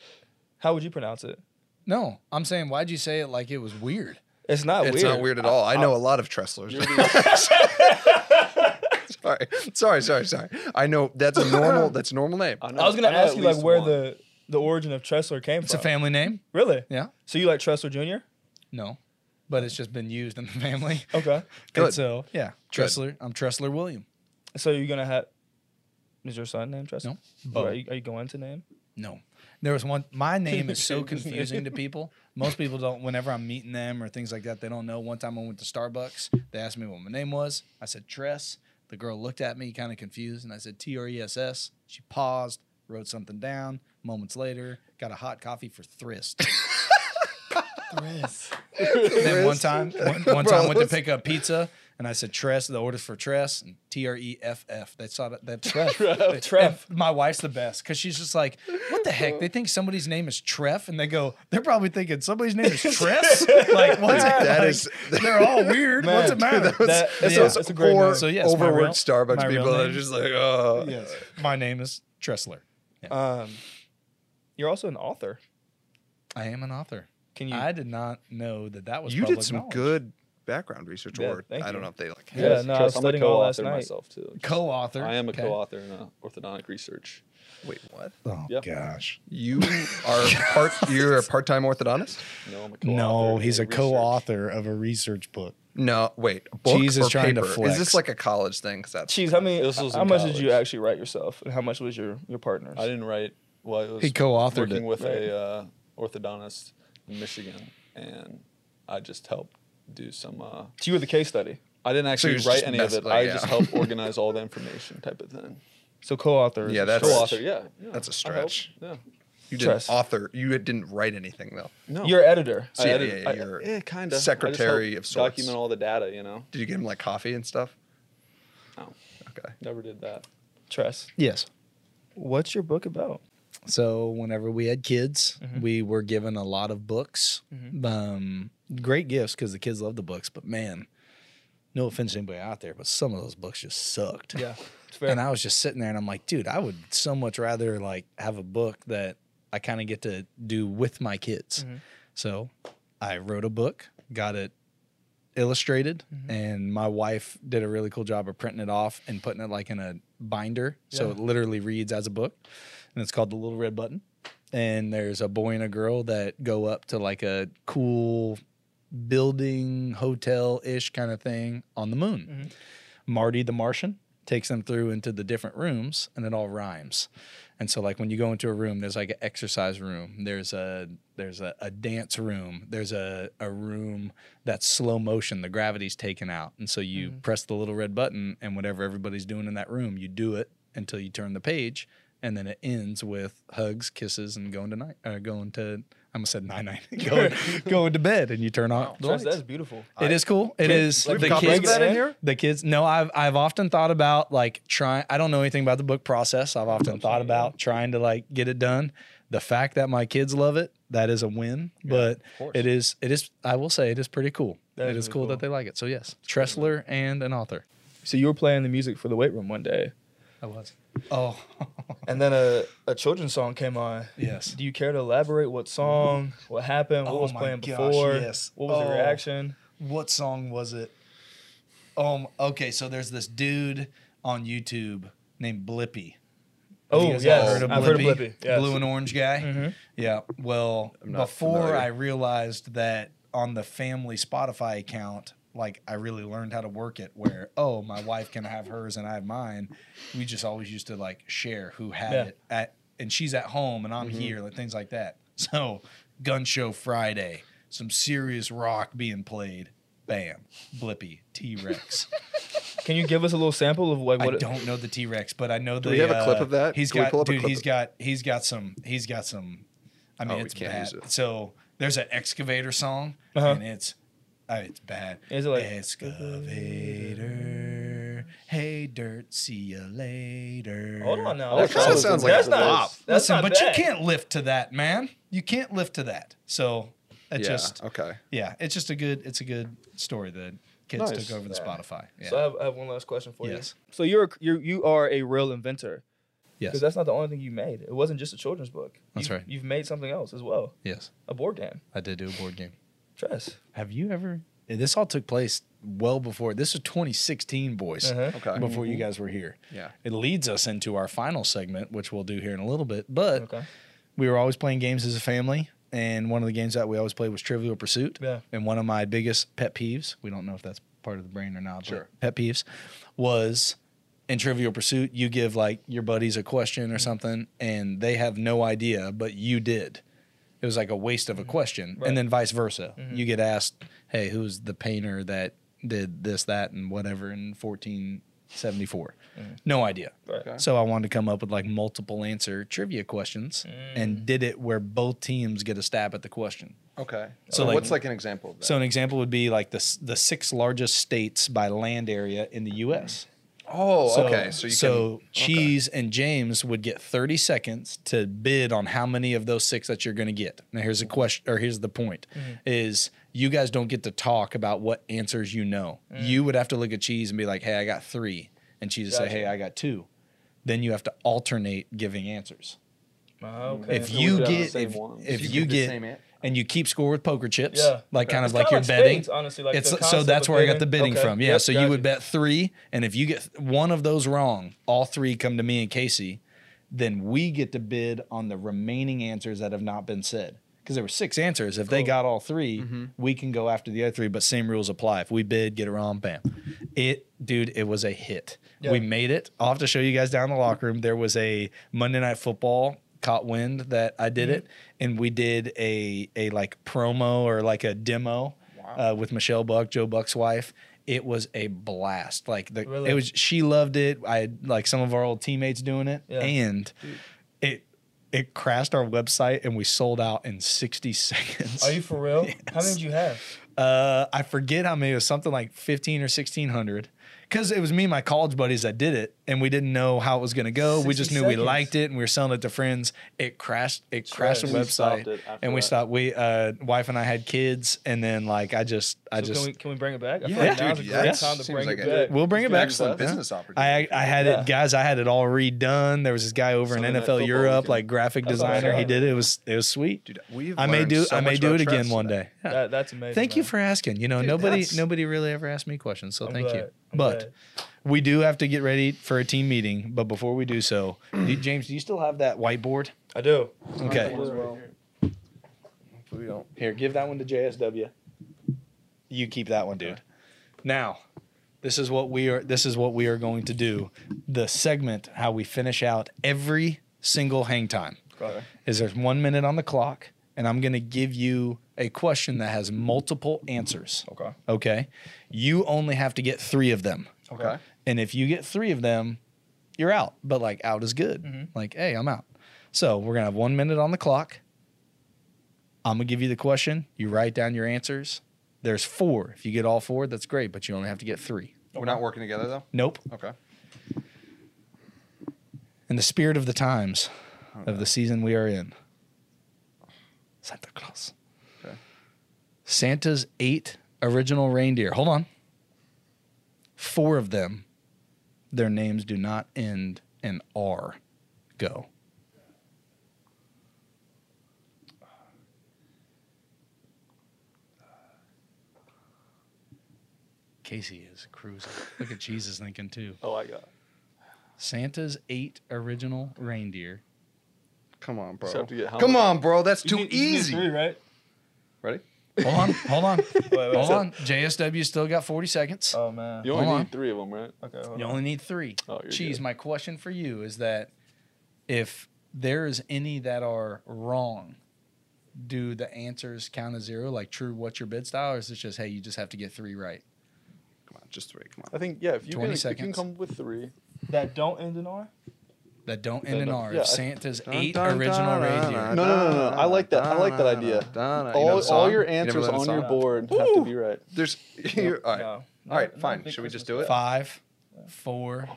how would you pronounce it? No, I'm saying why'd you say it like it was weird? It's not it's weird. not weird at all. I, know a lot of Trestlers. sorry, sorry, sorry, sorry. I know that's a normal that's a normal name. I, know, I was gonna know ask at you like least where one. the the origin of Tressler came It's a from. family name. really? Yeah. So you like Tressler Jr.? No, but it's just been used in the family. Okay. Good. And so yeah, Good. Tressler. I'm Tressler William. So you're gonna have is your son named Tressler? No. Oh, Or Are you, are you going to name? No. There was one. My name is so confusing to people. Most people don't. Whenever I'm meeting them or things like that, they don't know. One time I went to Starbucks. They asked me what my name was. I said Tress. The girl looked at me, kind of confused, and I said T R E S S. She paused, wrote something down. Moments later, got a hot coffee for Thrist. then one time, one, Bro, one time went to let's- pick up pizza, and I said Tress. The order for Tress and T R E F F. They saw that that Treff. Treff. And my wife's the best because she's just like, what the heck? They think somebody's name is Treff, and they go, they're probably thinking somebody's name is Tress. like, what's it? That like, is- they're all weird. Man, what's it matter? That- That- so that's, yeah, a, it's that's a great poor, name. So yes, my overworked real- Starbucks my real people that are name- just like, oh, yes, my name is Tressler. Um, you're also an author. I am an author. Can Can you? I did not know that that was. you public did some knowledge. good background research, Yeah, or thank I don't you. know if they like. yeah, no, I was Trust, I'm a studying all last co-author night. myself too. co-author. I am a Okay. co-author in uh, orthodontic research. Wait, what? Oh Yep. gosh. You are part. You're a part-time orthodontist. No, I'm a co-author. No, he's a in research. co-author of a research book. No, wait. a Book Jesus or trying to paper? Is flex. this like a college thing? Because that's Jeez, how many? This was how in much did you college. actually write yourself, and how much was your your partner's? I didn't write. Well, it was He co-authored working it. with a uh, orthodontist in Michigan, and I just helped do some. Uh, So you were the case study. I didn't So actually you're just write any of messed it. up, I yeah. just helped organize all the information, type of thing. So co-author. is Yeah, a that's- stretch. Co-author, yeah, yeah, That's a I helped, stretch. Yeah, you didn't Trust. author. You didn't write anything though. no, You're an editor. I yeah, edited- yeah, I- you're yeah, kinda. I just secretary helped of sorts. Document all the data, you know. Did you get him like coffee and stuff? No. Okay. Never did that. Tress. Yes. What's your book about? So whenever we had kids, Mhm. we were given a lot of books. Mhm. Um, great gifts because the kids love the books. But man, no offense to anybody out there, but some of those books just sucked. Yeah, it's fair. And I was just sitting there and I'm like, dude, I would so much rather like have a book that I kind of get to do with my kids. Mhm. So I wrote a book, got it illustrated, Mhm. and my wife did a really cool job of printing it off and putting it like in a binder. So Yeah. it literally reads as a book. And it's called The Little Red Button. And there's a boy and a girl that go up to like a cool building, hotel ish kind of thing on the moon. Marty the Martian takes them through into the different rooms and it all rhymes. And so like when you go into a room, there's like an exercise room, there's a there's a, a dance room, there's a, a room that's slow motion, the gravity's taken out. And so you press the little red button and whatever everybody's doing in that room, you do it until you turn the page and then it ends with hugs, kisses, and going to night uh, going to I almost said night night going going to bed and you turn off the Tress, lights. that's beautiful. It is cool. It Can- is like, the can we kids. break that in here? The kids. No, I've I've often thought about like trying. I don't know anything about the book process. I've often thought about trying to like get it done. The fact that my kids love it, that is a win. but course. it is it is. I will say it is pretty cool. That it is is really cool, cool. that they like it. So yes, Tressler and an author. So you were playing the music for the weight room one day, I was. Oh and then a, a children's song came on. yes. Do you care to elaborate what song, what happened, what Oh was my playing gosh, before, yes. what was Oh. the reaction? what song was it? Um. Okay, so there's this dude on YouTube named Blippy. Have you Oh guys yes, heard of I've heard of Blippi? Blippi. Yes. Blue and orange guy. Mhm. Yeah. Well, I'm not before familiar. I realized that on the family Spotify account, like I really learned how to work it where, oh, my wife can have hers and I have mine. We just always used to like share who had Yeah. it at, and she's at home and I'm here, like things like that. So, gun show Friday, some serious rock being played. Bam, Blippy, T Rex. Can you give us a little sample of like I what? it- don't know the T Rex, but I know the. we have a clip uh, of that? He's Can we got, pull up a dude. clip He's of- got. He's got some. He's got some. I mean, Oh, we it's can't bad. use it. So there's an excavator song, Uh-huh. and it's, uh, it's bad. Is it like- excavator? Hey, dirt. See you later. Hold on now. Oh, That kinda not- sounds like a that's not- bop. That's Listen, not but bad. you can't lift to that, man. You can't lift to that. So it Yeah. just, okay. yeah, it's just a good. It's a good story. The kids Nice. took over the Spotify. Yeah. So I have, I have one last question for Yes. you. So you're a- you you are a real inventor. Yes. Because that's not the only thing you made. It wasn't just a children's book. That's You've- right. You've made something else as well. yes. A board game. I did do a board game. Tress. Have you ever? and This all took place well before. This was 2016, boys. Uh-huh. Okay. Before you guys were here. Yeah. It leads us into our final segment, which we'll do here in a little bit. But Okay. we were always playing games as a family. And one of the games that we always played was Trivial Pursuit. Yeah. And one of my biggest pet peeves, we don't know if that's part of the brain or not, Sure. but pet peeves was in Trivial Pursuit, you give like your buddies a question or something and they have no idea, but you did. It was like a waste of a question. Mm-hmm. Right. Mm-hmm. And then vice versa. You get asked, hey, who's the painter that did this, that, and whatever in 1474? No idea. Mm-hmm. Right. Okay. So I wanted to come up with like multiple answer trivia questions Mm. and did it where both teams get a stab at the question. Okay. So, So, like- what's like an example of that? So an example would be like the s- the six largest states by land area in the U.S. oh, So, okay. So you so Cheese and James would get 30 seconds to bid on how many of those six that you're going to get. Now here's the question, or here's the point: is you guys don't get to talk about what answers you know. You would have to look at Cheese and be like, "Hey, I got three. and Cheese would say, Gotcha. "Hey, I got two. Then you have to alternate giving answers. Okay. if so you we'd have the get same if, ones. if can you the get same an- and you keep score with poker chips, Yeah. like kind of It's like kinda you're betting. spades, honestly, like the it's so concept that's of where I got the bidding Okay. from. Yeah, Yep, so you gotcha. would bet three, and if you get one of those wrong, all three come to me and Casey. Then we get to bid on the remaining answers that have not been said because there were six answers. If they got all 3 we can go after the other three, but same rules apply. If we bid, get it wrong, bam. It, dude, it was a hit. We made it. I'll have to show you guys down in the locker room. There was a Monday Night Football caught wind that I did it, and we did a a like promo or like a demo uh, with Michelle Buck, Joe Buck's wife. It was a blast. Like the, Really? it was. She loved it. I had like some of our old teammates doing it, Yeah. and it it crashed our website, and we sold out in sixty seconds. Are you for real? How many Yes. did you have? Uh, I forget how many. It was something like fifteen or sixteen hundred. Because it was me and my college buddies that did it, and we didn't know how it was going to go. We 60 just knew we seconds. liked it, and we were selling it to friends. It crashed. It crashed the We stopped website, it after and we that. stopped. We, uh, wife and I had kids, and then like I just, I So just, can we can we bring it back? I Yeah. feel like Yeah, now's a dude, great yes. time to Seems bring like it a back. we'll bring it back. Excellent business opportunity. I I had Yeah. it, guys. I had it all redone. There was this guy over Sunday in Night NFL Football Europe, weekend. like graphic That's awesome. designer. He did it. It was it was sweet. Dude, we've I may learned do so I may much do about it again traps one today. day. Yeah. That, that's amazing. Thank you man. for asking. You know, Dude, nobody that's- nobody really ever asked me questions, so I'm thank you. glad. I'm But glad. we do have to get ready for a team meeting. But before we do so, do- James, do you still have that whiteboard? I do. Okay, We don't. here, give that one to JSW. You keep that one, dude. Now, this is what we are. This is what we are going to do. The segment how we finish out every single hang time is there's one minute on the clock, and I'm going to give you a question that has multiple answers. Okay. Okay. You only have to get three of them. Okay. And if you get three of them, you're out. But like out is good. Like, hey, I'm out. So we're gonna have one minute on the clock. I'm gonna give you the question. You write down your answers. There's four. If you get all four, that's great, but you only have to get three. We're not working together though. Nope. Okay. In the spirit of the times of the season we are in. Santa Claus. Okay. Santa's eight original reindeer. Hold on. Four of them, their names do not end in R. Go. Casey is cruising. Look at Jesus thinking too. Oh, I got. Santa's eight original reindeer. Come on, Just have bro. to get how Come many- on, bro. That's You too need- you need easy. Three, right? Hold on, hold on, Wait, wait. hold on. JSW still got 40 seconds. Oh man. You only Hold on. need three of them, right? Okay. Hold You on. only need three. Oh, you're Cheese, good. my question for you is that if there is any that are wrong, do the answers count as zero, like true what's your bid style, or is it just, hey, you just have to get three right? Come on, just three. Come I on. think yeah. If you, 20 can, if you can seconds. come up with three, That don't end in R. That don't end in don't- R. yeah, I- If Santa's Dun, eight dun, original dun, dun, reindeer. No, no, no, no, no. I like that. I like that idea. Dun, dun, dun. You know all, the all song? your You never answers learned the on your song? board have to be right. There's. you're- all right. No. All right. No, Fine. big Should we just Christmas do it? Five, four,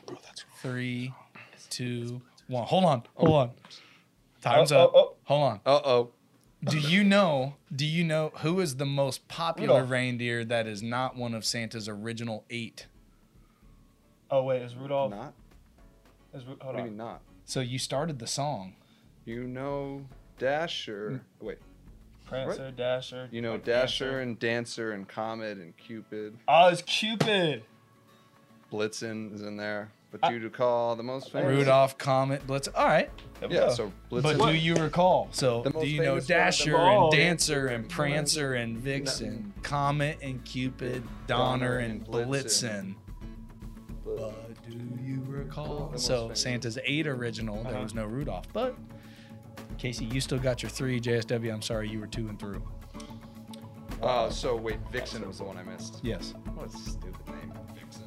three, two, one. Hold on, hold on. Time's Oh, up. oh, oh. Hold on. Uh oh. Do you know? Do you know who is the most popular Rudolph. reindeer that is not one of Santa's original eight? Oh wait, is Rudolph? Not. Is Ru- hold What do you on. mean not? So you started the song. You know Dasher. Wait. Prancer, Dasher. You know like Dasher Dancer. and Dancer and Comet and Cupid. Oh, it's Cupid. Blitzen is in there. But I- you recall the most famous. Rudolph, Comet, Blitz. All right, There we Yeah. go. So but Blitzen. do you recall? So The most do you famous know one of them Dasher all. and Dancer and Prancer and Vixen, Comet and Cupid, Donner and Blitzen? But do you recall? most So famous. Santa's eight original. There Uh-huh. was no Rudolph, but Casey, you still got your three. JSW, I'm sorry, you were two and through. Oh, so wait. Vixen was the one I missed. Yes. What a stupid name. Vixen.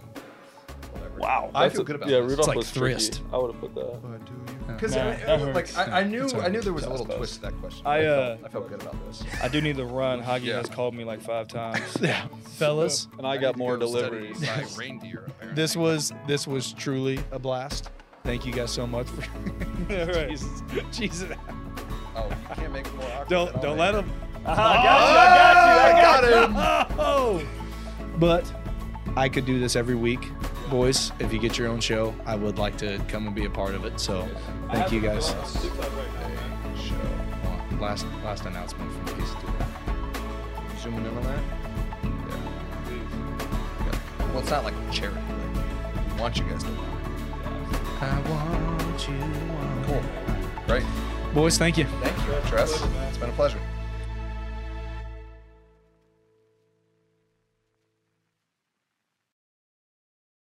Whatever. Wow, I feel good about yeah. this. Rudolph It's like was tricky. thrillist. I would have put that. Because Nah, that like hurts. I, I knew It's I knew alright. there was a That's little close. twist to that question. I, felt, uh, I felt good about this. I do need to run. Hoggy Yeah. has called me like five times. Yeah, fellas, And I got more delivery. deliveries. reindeer. Apparently. this was this was truly a blast. Thank you guys so much for Jesus, Jesus. Oh, you can't make it more awkward. at Don't all, don't man. let them. I got you. I got him. Oh! But I could do this every week, boys. If you get your own show, I would like to come and be a part of it. So, thank you guys. Show. last last announcement from Peace Zooming in on that. Yeah. Yeah. Well, it's not like charity. Like, we want you guys to win. I want you. Cool. Great. Boys, thank you. Thank you, Tress. It's been a pleasure.